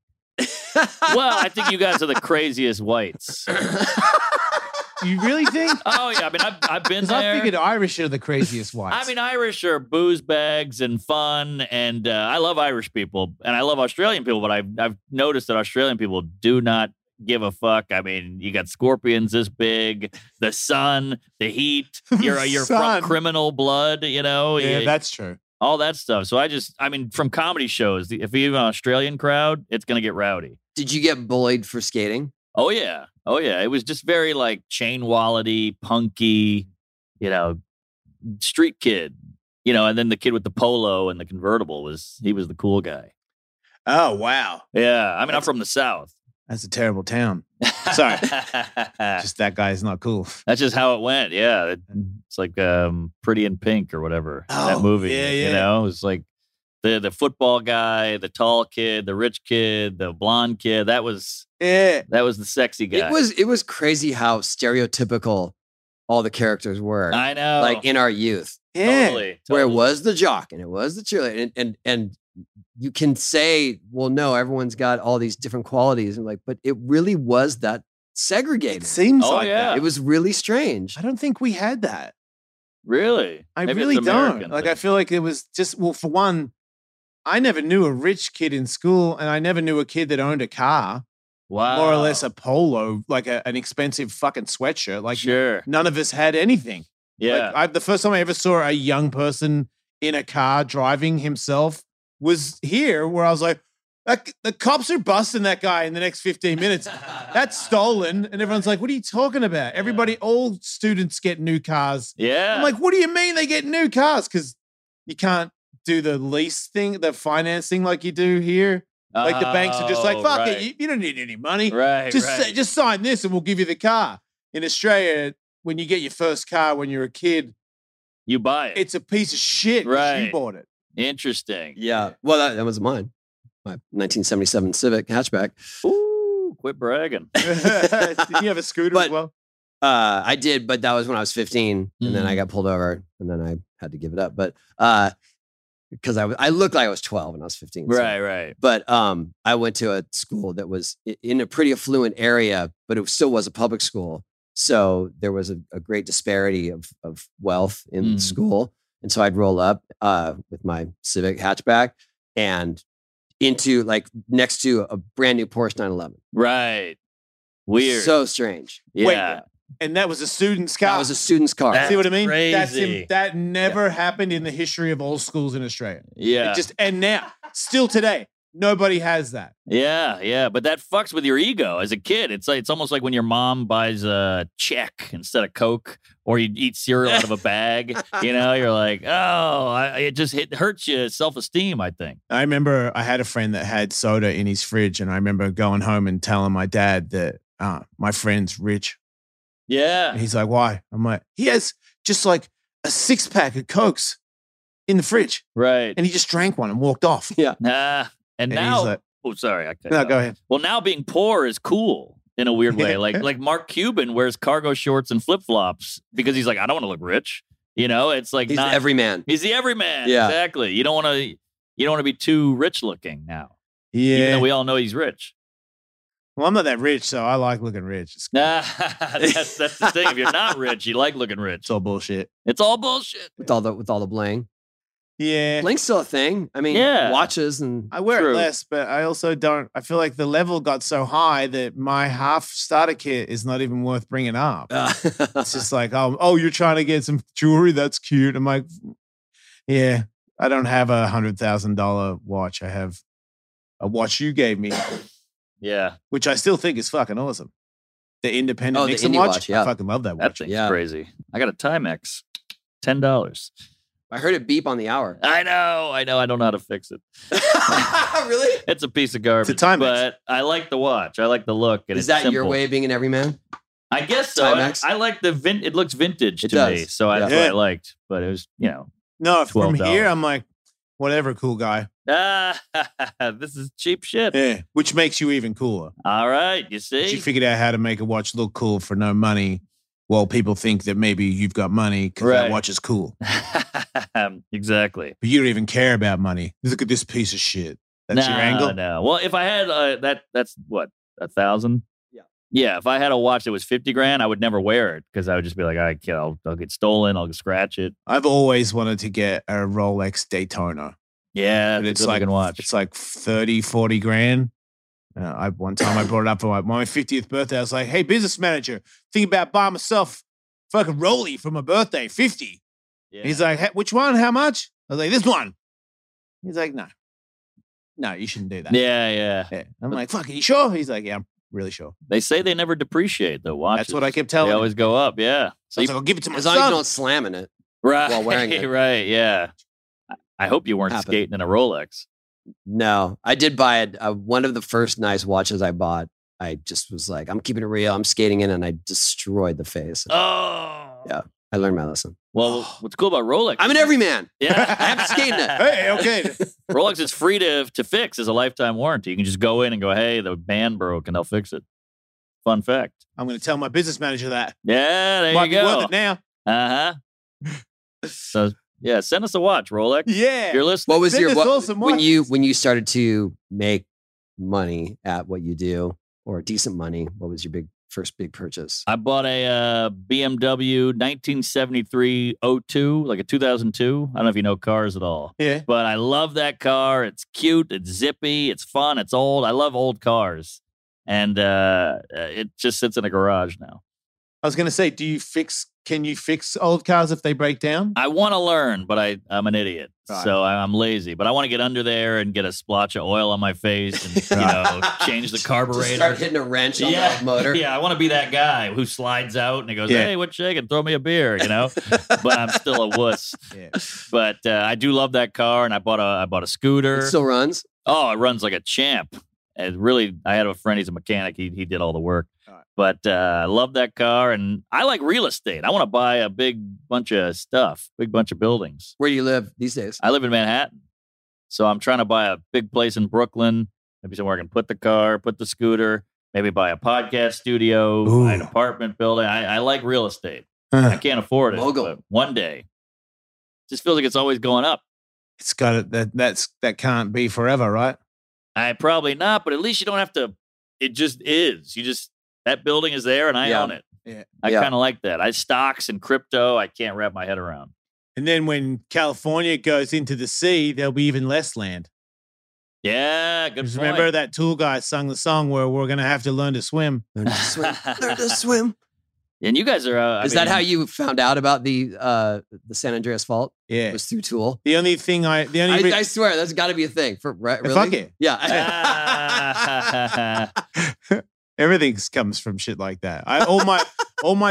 Well, I think you guys are the craziest
[LAUGHS]
whites.
You really
[LAUGHS]
think?
Oh yeah, I mean, I've, I've been
Because
there.
I figured Irish are the craziest ones.
[LAUGHS] I mean, Irish are booze bags and fun, and uh, I love Irish people, and I love Australian people, but I've I've noticed that Australian people do not give a fuck. I mean, you got scorpions this big, the sun, the
[LAUGHS]
heat. You're you're
Sun.
from criminal blood, you know,
yeah,
you-
that's true.
all that stuff. So I just, I mean, from comedy shows, the- if you have an Australian crowd, it's gonna get rowdy.
Did you get bullied for skating?
Oh yeah, oh yeah. It was just very like chain wallety, punky, you know, street kid. You know, and then the kid with the polo and the convertible was he was the cool guy.
Oh wow,
Yeah, I mean, I'm from the south.
that's a terrible town.
[LAUGHS]
Sorry.
[LAUGHS] that's
Just that guy is not cool.
just how it went. Yeah, It- it's like um, Pretty in Pink or whatever
Oh,
that movie.
yeah,
You
yeah.
know, it's like the the football guy, the tall kid, the rich kid, the blonde kid. That was
Yeah.
that was the sexy guy.
It was it was crazy how stereotypical all the characters were,
I know.
like in our youth.
Yeah.
totally,
where it
totally.
was the jock and it was the cheerleader and and, and you can say well no everyone's got all these different qualities and like but it really was that segregated
It seems
Oh,
like
yeah.
that.
it was really strange
I don't think we had that.
Really?
I
Maybe it's
really don't.
American,
Like
but-
I feel like it was just well, for one, I never knew a rich kid in school, and I never knew a kid that owned a car,
wow.
more or less a polo, like a, an expensive fucking sweatshirt. Like
sure.
none of us had anything.
Yeah.
Like I, the first time I ever saw a young person in a car driving himself was here, where I was like, "That- the cops are busting that guy in the next 15 minutes.
[LAUGHS]
That's stolen. And everyone's like, what are you talking about? Everybody, all students get new cars.
yeah.
I'm like, what do you mean they get new cars? Because you can't do the lease thing, the finance thing like you do here. Like the banks are just like,
Oh,
fuck
right.
it, you, you don't need any money.
Right.
just,
right.
say- just sign this and we'll give you the car. In Australia, when you get your first car when you're a kid,
you buy it.
it's a piece of shit. 'cause
Right.
You bought it. [LAUGHS]
Interesting.
yeah well that, that was mine my 1977 civic hatchback
Ooh, quit bragging.
Did you have a scooter
But-
as well?
uh i did but that was when i was 15 and then i
Mm.
got pulled over and then i had to give it up but uh because I was- I looked like i was 12 when i was 15 so-
Right, right.
but um, I went to a school that was i- in a pretty affluent area, but it still was a public school. So there was a, a great disparity of of wealth in
Mm.
school, and so I'd roll up uh, with my Civic hatchback and into like next to a brand new Porsche 911.
Right. Weird.
so strange.
yeah.
And that was a student's car.
That was a student's car.
That's
See what I mean?
crazy.
that never happened in the history of all schools in Australia.
yeah.
It just and now, still today, nobody has that.
yeah, yeah. But that fucks with your ego as a kid. It's like it's almost like when your mom buys a check instead of Coke, or you eat cereal out of a bag. You know, you're like, oh, I, it just hit, hurts your self esteem. I think.
I remember I had a friend that had soda in his fridge, and I remember going home and telling my dad that uh, my friend's rich.
Yeah.
And he's like, "Why?" I'm like, "He has just like a six pack of cokes in the fridge,
Right.
and he just drank one and walked off."
Nah. And,
And
now
he's like,
Oh, sorry. I cut you
No,
off.
go ahead.
Well, now being poor is cool in a weird way.
Yeah.
Like like Mark Cuban wears cargo shorts and flip flops because he's like, I don't want to look rich. You know, it's like
He's
not,
every man.
he's the everyman.
Yeah.
Exactly. You don't want to you don't want to be too rich looking now. Even
Yeah.
though we all know he's rich.
well, I'm not that rich, so I like looking rich. It's, cool.
Nah, [LAUGHS] that's that's the thing. If you're not rich, you like looking rich.
it's all bullshit.
It's all bullshit.
With all the with all the bling.
Yeah.
Bling's still a thing. I mean,
Yeah.
watches and
I wear
True.
it less, but I also don't. I feel like the level got so high that my half starter kit is not even worth bringing up.
uh, [LAUGHS]
It's just like, oh, oh, you're trying to get some jewelry. That's cute. I'm like, yeah, I don't have a hundred thousand dollar watch. I have a watch you gave me,
Yeah.
which I still think is fucking awesome. The independent
Oh, the
Nixon
indie
watch.
watch, yeah.
I fucking love that
That
watch.
thing's
Yeah.
crazy. I got a Timex. Ten dollars.
I heard it beep on the hour.
[LAUGHS]
[LAUGHS]
I know, I know, I don't know how to fix it.
really?
It's a piece of garbage.
Timex.
But I like the watch. I like the look. And
Is
it's
that your
simple.
way of being an everyman?
I guess so.
Timex?
I, I like the vin. It looks vintage
It
to me,
does.
so I, that's
Yeah.
what I liked. But it was, you know,
No, from
$12.
here I'm like, whatever, cool guy.
ah, [LAUGHS] this is cheap shit.
Yeah, which makes you even cooler.
All right, you
She
see, [LAUGHS]
figured out how to make a watch look cool for no money. While people think that maybe you've got money because
Right.
that watch is cool,
exactly.
but you don't even care about money. Look at this piece of shit. That's your
Nah,
angle.
No, well, if I had uh, that, that's what a thousand.
Yeah.
Yeah, if I had a watch that was fifty grand, I would never wear it because I would just be like, I can't, I'll, I'll get stolen. I'll scratch it.
I've always wanted to get a Rolex Daytona.
Yeah,
But
it's
it's
a good
like
looking watch.
It's like 30, 40 grand. Uh, I one time I brought it up for my, my 50th birthday. I was like, hey, business manager, think about buying myself fucking Rolly for my birthday, 50.
Yeah.
And He's like, hey, which one? How much? I was like, this one. He's like, no. No, you shouldn't do that.
yeah, yeah.
Yeah. I'm like, fuck, are you sure? He's like, yeah, I'm really sure.
They say they never depreciate the watches.
That's what I kept
They
telling him.
always go up. Yeah.
So I was like, I'll give it to my
As long as you
son.
don't slam in it.
[LAUGHS] right,
while wearing it.
Right, yeah. I- I hope you weren't
Happen.
skating in a Rolex.
No, I did buy it. Uh, one of the first nice watches I bought. I just was like, I'm keeping it real. I'm skating in, and I destroyed the face.
Oh,
Yeah. I learned my lesson.
Well, what's cool about Rolex?
I'm an everyman.
[LAUGHS]
[LAUGHS]
Yeah,
I have to skate in it.
Hey, okay.
Rolex is free to to fix as a lifetime warranty. You can just go in and go, hey, the band broke, and they'll fix it. Fun fact.
I'm going to tell my business manager that.
Yeah, there
Might
you
be worth
go.
it now.
[LAUGHS] Uh huh. so yeah, send us a watch, Rolex.
Yeah.
You're listening.
What was
Then
your
it's
what,
also
when you
watches.
when you started to make money at what you do or decent money? What was your big first big purchase?
I bought a uh, BMW 1973-02, like a 2002. I don't know if you know cars at all.
yeah.
but I love that car. It's cute. It's zippy. It's fun. It's old. I love old cars, and uh, it just sits in a garage now.
I was gonna say, do you fix? Can you fix old cars if they break down?
I want to learn, but I I'm an idiot,
Right.
so I, I'm lazy. But I want to get under there and get a splotch of oil on my face, and you know, change the carburetor.
Just start hitting a wrench on
Yeah.
the motor.
[LAUGHS] Yeah, I want to be that guy who slides out and he goes,
Yeah.
"Hey, what's shaking? Throw me a beer," you know. but I'm still a wuss.
Yeah.
But uh, I do love that car, and I bought a I bought a scooter.
It still runs.
Oh, it runs like a champ. And really, I had a friend. He's a mechanic. He he did all the work.
Alright.
But uh, I love that car, and I like real estate. I want to buy a big bunch of stuff, big bunch of buildings.
Where do you live these days?
[LAUGHS] I live in Manhattan, so I'm trying to buy a big place in Brooklyn. Maybe somewhere I can put the car, put the scooter. Maybe buy a podcast studio, buy an
Ooh.
apartment building. I, I like real estate. I
Uh,
can't afford it.
Mogul.
but one day, just feels like it's always going up.
it's got to, that. That's that can't be forever, right?
I probably not, but at least you don't have to. It just is. You just that building is there, and I
Yeah.
own it.
Yeah.
I
Yeah.
kind of like that. I stocks and crypto. I can't wrap my head around.
And then when California goes into the sea, there'll be even less land.
Yeah, good.
Just
point.
remember that tool guy sung the song where we're gonna have to learn to swim.
Learn
[LAUGHS]
to swim. Learn to swim.
And you guys are. Uh, I
Is that
mean,
how you found out about the uh, the San Andreas Fault? It
Yeah.
was through Tool.
The only thing I, the only,
I,
re-
I swear that's got to be a thing for right. Really?
fuck it.
Yeah. [LAUGHS]
[LAUGHS] Ah.
Everything comes from shit like that. I all
[LAUGHS]
my all my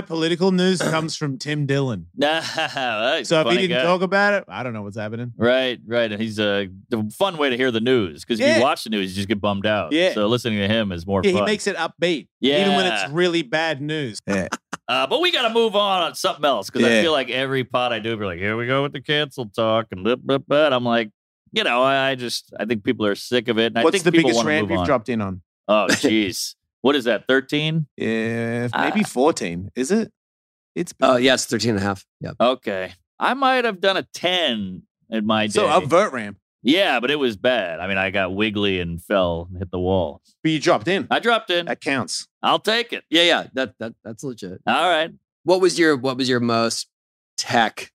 [CLEARS THROAT]
political news comes from Tim Dillon.
Nah, he's a
So if he
funny
didn't
guy.
talk about it, I don't know what's happening.
Right, right. And he's a the fun way to hear the news because if
Yeah.
you watch the news, you just get bummed out.
Yeah.
So listening to him is more
Yeah,
fun.
he makes it upbeat. Even when
Yeah.
it's really bad news. Yeah.
Uh, but we got to move on on something else because I
Yeah.
feel like every pod I do, we're like, here we go with the cancel talk and blah, blah, blah. And I'm like, you know, I, I just I think people are sick of it. And I
What's
think
the
people
biggest
wanna
rant
move
you've
on.
dropped in on? [LAUGHS]
Oh, jeez. what is that? Thirteen?
If
Uh,
maybe 14. Is it? It's
Oh, yeah, it's 13 and a half. Yeah.
Okay, I might have done a ten in my day.
[LAUGHS] so a vert ramp.
yeah, but it was bad. I mean, I got wiggly and fell and hit the wall.
But you dropped in.
I dropped in.
That counts.
I'll take it.
Yeah, yeah. That that that's legit.
All right.
What was your what was your most tech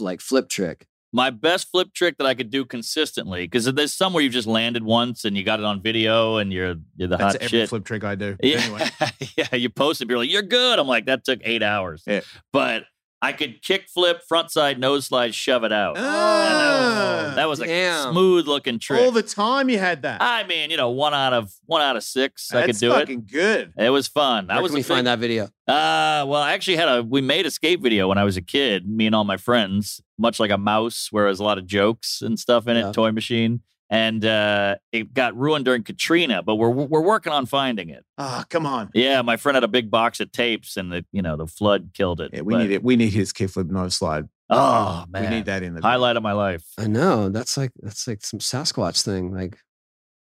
like flip trick?
my best flip trick that I could do consistently because there's some where you've just landed once and you got it on video and you're you're the
That's
hot
every
Ah, shit.
flip trick I do.
[LAUGHS] yeah,
Anyway.
[LAUGHS] yeah, you post it, people are like, "You're good." I'm like, that took eight hours.
Yeah.
But I could kick flip, front side, nose slide, shove it out. And
Ah,
that was, that was a
damn.
smooth looking trick.
all the time you had that.
I mean, you know, one out of one out of six,
That's
I could do
fucking good.
it. It was fun.
Where
I was
can we
a big-
find that video?
uh, well, I actually had a we made a skate video when I was a kid, me and all my friends, much like a mouse, where there's a lot of jokes and stuff in it,
Yeah.
toy machine, and uh, it got ruined during Katrina, but we're we're working on finding it.
Ah, come on.
Yeah, my friend had a big box of tapes, and the you know the flood killed it.
Yeah, we
but-
need it. We need his kickflip no slide. Ah,
Oh man,
we need that in the
highlight of my life. [LAUGHS]
I know. That's like that's like some Sasquatch thing. Like,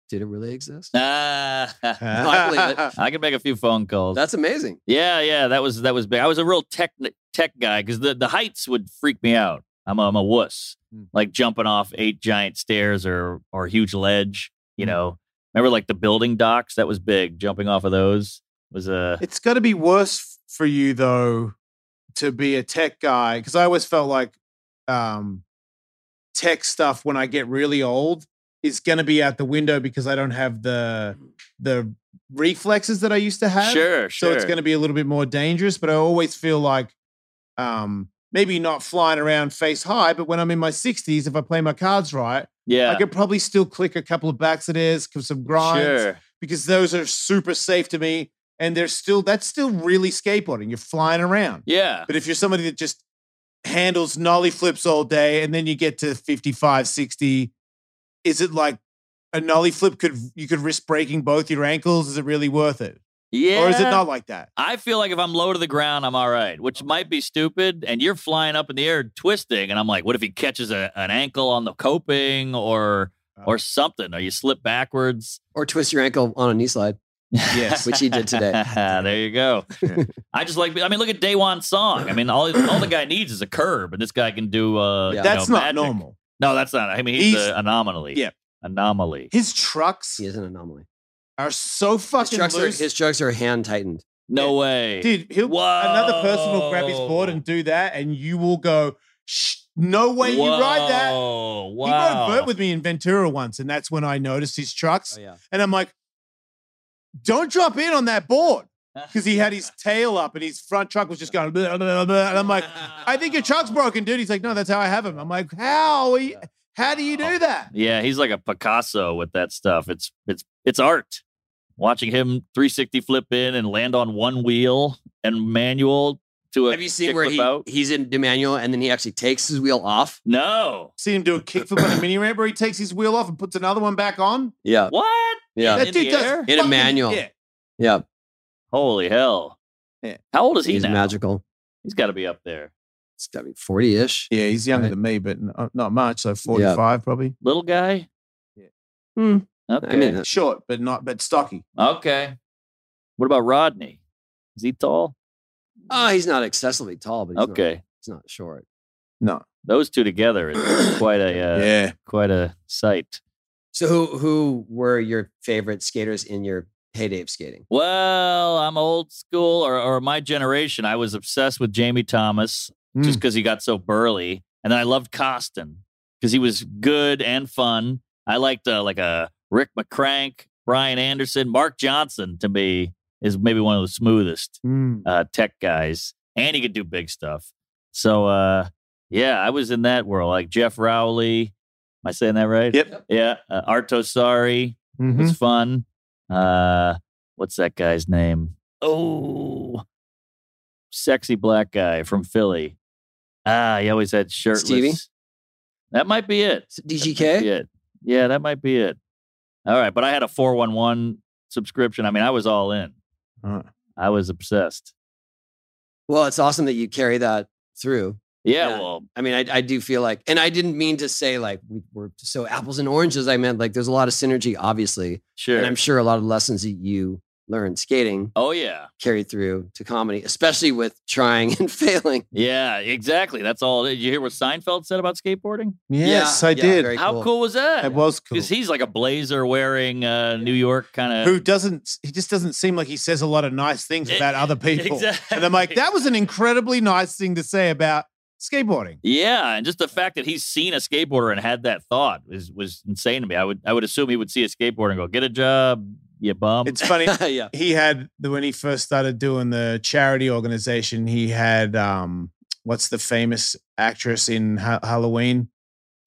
did it really exist?
Ah,
I
[LAUGHS]
believe
I can make a few phone calls.
That's amazing.
Yeah, yeah, that was that was big. I was a real tech tech guy because the, the heights would freak me out. I'm a, I'm a wuss,
Mm.
like jumping off eight giant stairs or or a huge ledge.
Mm.
You know, remember like the building docks? That was big. Jumping off of those was a
It's got to be worse for you though to be a tech guy because I always felt like um, tech stuff when I get really old is going to be out the window because I don't have the the reflexes that I used to have.
sure,
so
sure.
it's going to be a little bit more dangerous. But I always feel like um, maybe not flying around face high, but when I'm in my 60s, if I play my cards right,
yeah,
I could probably still click a couple of backs of theirs, some grinds
sure.
because those are super safe to me. And they're still that's still really skateboarding. You're flying around.
Yeah,
But if you're somebody that just handles nollie flips all day and then you get to 55, 60, is it like a nollie flip could you could risk breaking both your ankles? Is it really worth it?
yeah.
Or is it not like that?
I feel like if I'm low to the ground, I'm all right, which might be stupid. And you're flying up in the air, twisting, and I'm like, what if he catches a, an ankle on the coping or
Oh.
or something? Or you slip backwards.
Or twist your ankle on a knee slide.
Yes.
Which he did today.
[LAUGHS] there you
[LAUGHS]
go.
Yeah.
I just like. I mean, look at Daywan Song. I mean, all all the guy needs is a curb, and this guy can do. Uh,
Yeah.
you
That's
know,
not
magic.
normal.
No, that's not. I mean, he's,
He's-
an anomaly.
Yeah.
anomaly.
His trucks
He is an anomaly.
are so
His
fucking
trucks, are,
loose.
his trucks are hand tightened.
No way,
Dude, he'll
Whoa.
another person will grab his board
Oh.
and do that, and you will go, Shh, no way you ride that.
Whoa,
He rode
Wow.
vert with me in Ventura once, and that's when I noticed his trucks.
yeah.
And I'm like, don't drop in on that board. Because he had his tail up and his front truck was just going, blah, blah, blah. and
[LAUGHS]
I'm like, I think your truck's broken, dude. He's like, no, that's how I have him. I'm like, how? Are you, how do you do that?
Yeah, he's like a Picasso with that stuff. It's it's it's art. Watching him 360 flip in and land on one wheel and manual to a
Have you seen where
kickflip
he,
out.
he's in Emmanuel and then he actually takes his wheel off?
No.
See him do a kickflip
[COUGHS]
on a mini ramp where he takes his wheel off and puts another one back on.
Yeah.
What?
Yeah.
In
That dude
the
does
air?
In a
fucking-
manual.
Yeah.
Yeah.
Holy hell.
Yeah.
How old is he
He's
now?
magical.
He's got to be up there.
It's got to be 40 ish.
Yeah, he's younger
Right.
than me, but n- uh, not much. So 45 probably.
Little guy?
Yeah.
Hmm.
Okay.
I mean,
Short, but not, but stocky.
okay. What about Rodney? Is he tall?
oh, he's not excessively tall, but he's, not,
okay.
he's not [CLEARS THROAT] short.
No.
Those two together is quite a uh,
yeah.
quite a sight.
So, who who were your favorite skaters in your heyday of skating?
Well, I'm old school or, or my generation. I was obsessed with Jamie Thomas just because he got so burly. And then I loved Costin because he was good and fun. I liked uh, like a Rick McCrank, Brian Anderson, Mark Johnson to me is maybe one of the smoothest
Mm.
uh, tech guys, and he could do big stuff. So, uh, yeah, I was in that world. Like Jeff Rowley, am I saying that right?
Yep.
Yeah, uh, Arto Sari
Mm-hmm.
Mhm.
was fun. Uh, what's that guy's name? Oh, sexy black guy from Philly. Ah, he always had shirtless.
Stevie?
That might be it.
So
That might be
DGK?
it. Yeah, that might be it. All right, but I had a 411 subscription. I mean, I was all in.
Uh.
I was obsessed.
Well, it's awesome that you carry that through
Yeah,
Yeah.
well,
I mean, I, I do feel like, and I didn't mean to say like we were so apples and oranges. I meant like there's a lot of synergy, obviously,
sure.
and I'm sure a lot of lessons that you learned skating
oh yeah,
carried through to comedy, especially with trying [LAUGHS] and failing.
yeah, exactly. That's all. Did you hear what Seinfeld said about skateboarding?
Yes,
Yeah,
I
yeah,
did.
very
How cool was that?
It was cool.
Because he's like a blazer wearing uh, New York kind [LAUGHS] of.
Who doesn't? He just doesn't seem like he says a lot of nice things
E- [LAUGHS]
about other people.
exactly.
And I'm like, that was an incredibly nice thing to say about skateboarding.
[LAUGHS] Yeah, and just the fact that he's seen a skateboarder and had that thought was was insane to me. I would I would assume he would see a skateboarder and go, "Get a job, you bum."
It's funny.
[LAUGHS] yeah.
he had when he first started doing the charity organization. He had um, what's the famous actress in ha- Halloween?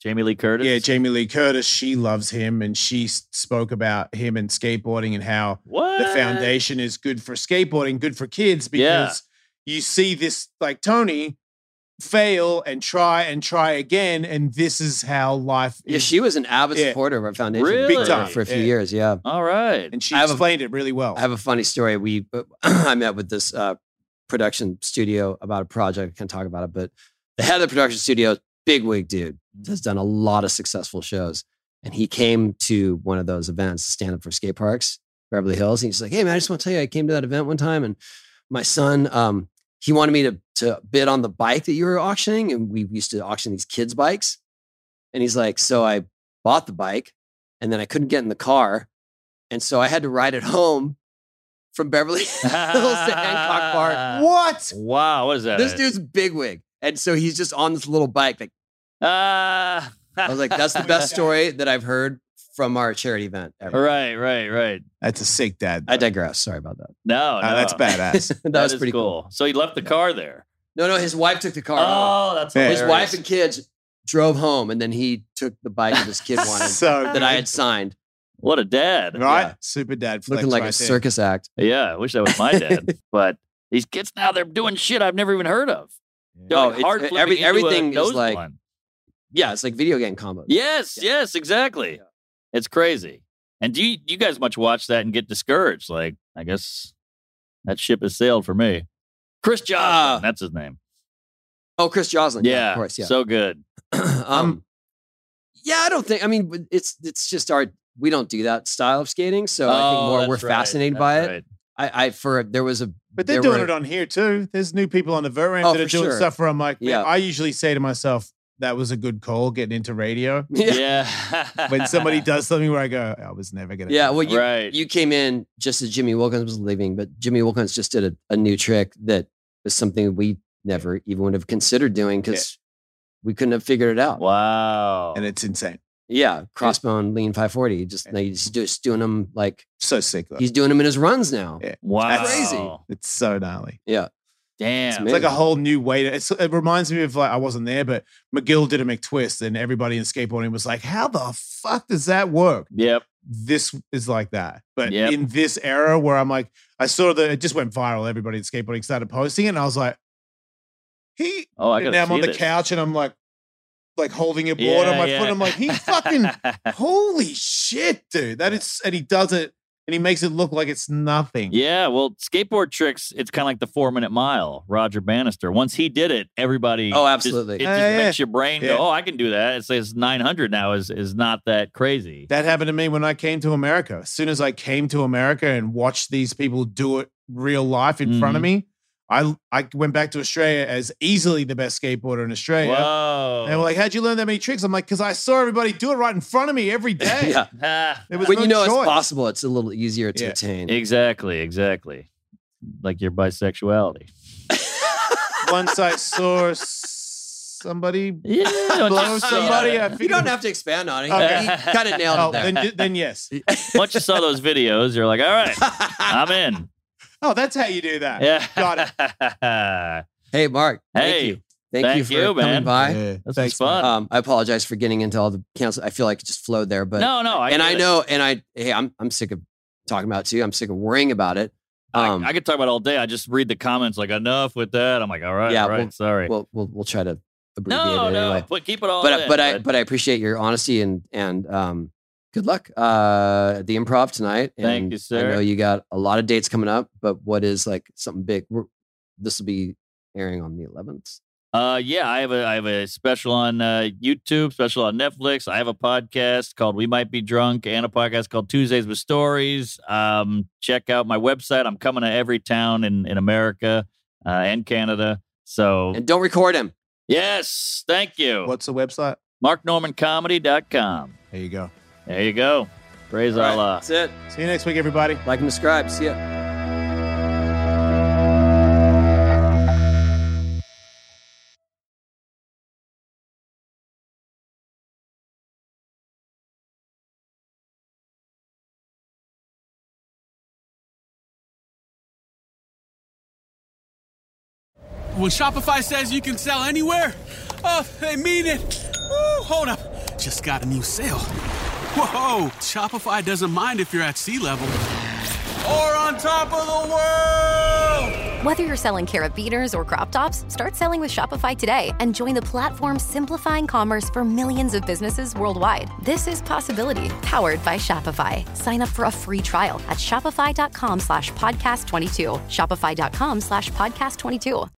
Jamie Lee Curtis.
Yeah, Jamie Lee Curtis. She loves him, and she s- spoke about him and skateboarding and how
[LAUGHS]
what
the foundation is good for skateboarding, good for kids because you see this like Tony fail and try and try again, and this is how life
Yeah,
is.
she was an avid
Yeah.
supporter of our foundation
Really? Big
for, uh,
time.
for a few
Yeah.
years. Yeah.
All right.
and [LAUGHS] she
I have a-
explained it really well.
I have a funny story. We uh, [CLEARS THROAT] I met with this uh, production studio about a project. I can't talk about it, but the head of the production studio, big wig dude, has done a lot of successful shows, and he came to one of those events, stand up for skate parks, Beverly Hills, and he's like, "Hey man, I just want to tell you, I came to that event one time, and my son, um, he wanted me to to bid on the bike that you were auctioning, and we used to auction these kids' bikes, and he's like, so I bought the bike, and then I couldn't get in the car." And so I had to ride it home from Beverly
[LAUGHS]
Hills to Hancock Park.
Uh,
what?
Wow, what is that?
This dude's bigwig. And so he's just on this little bike. Like
Ah.
I was like, that's
[LAUGHS]
the best story that I've heard from our charity event ever.
right, right, right.
That's a sick dad.
I digress. Sorry about that.
No,
Uh,
no.
[LAUGHS]
that's badass.
that,
That
was
is
pretty cool.
So he left the car there.
No, no, his wife took the car. home.
Oh, that's
Yeah.
his
hilarious.
wife and kids drove home, and then he took the bike that his kid
[LAUGHS]
wanted
so
that I had signed,
What a dad.
right?
Yeah.
Super dad flex
looking like
right
a
there.
circus act.
Yeah, I wish that was my
[LAUGHS]
dad. but these kids now they're doing shit I've never even heard of. They're,
Oh,
like,
it's-
hard
every-
flipping into a
everything is
nose
like-
blunt.
Yeah, it's like video game combos.
Yes, yes, exactly. It's crazy. And do you, you guys much watch that and get discouraged? Like, I guess that ship has sailed for me. Chris Johnson,
Ah.
that's his name.
Oh, Chris Joslin.
Yeah,
Yeah, of course. Yeah.
so good.
[CLEARS THROAT] um, yeah, I don't think. I mean, w- it's it's just our we don't do that style of skating, so I think
Oh,
more
that's
we're
right,
fascinated
that's
by it.
right.
I, I for there was a [LAUGHS]
But they're
there
doing
were-
it on here too. There's new people on the vert ramp
Oh,
that are
for
doing
sure.
stuff where I'm like, man,
Yeah.
I usually say to myself, that was a good call getting into radio.
yeah
Yeah.
[LAUGHS]
[LAUGHS]
[LAUGHS]
When somebody does something where I go, I was never gonna.
yeah
do
well you,
right.
you came in just as Jimmy Wilkins was leaving, but Jimmy Wilkins just did a, a new trick that was something we never even would have considered doing because we couldn't have figured it out.
wow.
that." and it's insane.
Yeah, crossbone lean five forty. Just
Yeah.
like he's just doing them like
So sick though.
he's doing them in his runs now.
Uh, Yeah.
wow.
That's
crazy.
It's so gnarly.
Damn.
It's like
Amazing.
a whole new way. To, it's, it reminds me of like I wasn't there, but McGill did a McTwist, and everybody in skateboarding was like, "How the fuck does that work?"
Yep.
this is like that. But
Yep.
in this era where I'm like, I saw the it just went viral. Everybody in skateboarding started posting it, and I was like, he.
Oh, I got
and
to
I'm on the couch, and I'm like, like holding a board on my foot. I'm
[LAUGHS]
like, he fucking holy shit, dude. That is, and he does it, and he makes it look like it's nothing.
Yeah, well, skateboard tricks, it's kind of like the four minute mile, Roger Bannister. Once he did it, everybody.
Oh,
just-
absolutely.
it just
Yeah, yeah.
makes your brain
Yeah.
go, oh, I can do that. It's, it's 900 now is, is not that crazy.
That happened to me when I came to America. As soon as I came to America and watched these people do it real life in front of
Mhm.
Mm-hmm.
me, I I went back to Australia as easily the best skateboarder in Australia.
Whoa.
And we're like, how'd you learn that many tricks? I'm like, because I saw everybody do it right in front of me
[LAUGHS]
every day.
[LAUGHS] yeah.
Ah,
There was
When
no
you know
choice.
it's possible, it's a little easier to
Yeah.
attain.
exactly, exactly. Like your bisexuality.
Once I saw
[LAUGHS]
somebody.
[LAUGHS] Yeah. don't
Blow
you-
somebody
yeah.
up.
you don't have to expand on it.
Okay.
He, kind of nailed
Oh,
it there.
then, then yes.
[LAUGHS] Once you saw those videos, you're like, all right, I'm in.
Oh, that's how you do that.
Yeah.
[LAUGHS] Got it.
it.
[LAUGHS] hey, Mark. Thank
Hey,
you. Thank,
thank
you for
you,
coming
man.
by.
[LAUGHS] This was
Thanks, man.
fun.
Um, I apologize for getting into all the cancel. I feel like it just flowed there, but
no, no. I
and
get
I
it.
know, and I hey, I'm I'm sick of talking about it too. I'm sick of worrying about it.
I-
Um,
I, could talk about it all day. I just read the comments like enough with that. I'm like, all right,
Yeah,
all right,
well-
sorry.
we'll we'll we'll try to abbreviate
no,
it
no,
anyway.
but keep it all.
But
in,
I, but I but I appreciate your honesty and and um, good luck uh, at the improv tonight. And
Thank you,
I know
sir.
you got a lot of dates coming up, but what is like something big? We're, this will be airing on the 11th.
Uh, yeah, I have a I have a special on uh, YouTube, special on Netflix. I have a podcast called We Might Be Drunk, and a podcast called Tuesdays with Stories. Um, check out my website. I'm coming to every town in in America uh, and Canada. So
And don't record him.
yes, thank you.
What's the website?
MarkNormanComedy.com.
There you go.
There you go. Praise
All right,
Allah.
That's it.
See you next week, everybody.
Like and subscribe. See ya.
When Shopify says you can sell anywhere, oh, they mean it. Woo, hold up. Just got a new sale. Whoa, Shopify doesn't mind if you're at sea level or on top of the world.
Whether you're selling carrot beaters or crop tops, start selling with Shopify today and join the platform simplifying commerce for millions of businesses worldwide. This is possibility powered by Shopify. Sign up for a free trial at shopify.com slash podcast 22. Shopify.com slash podcast 22.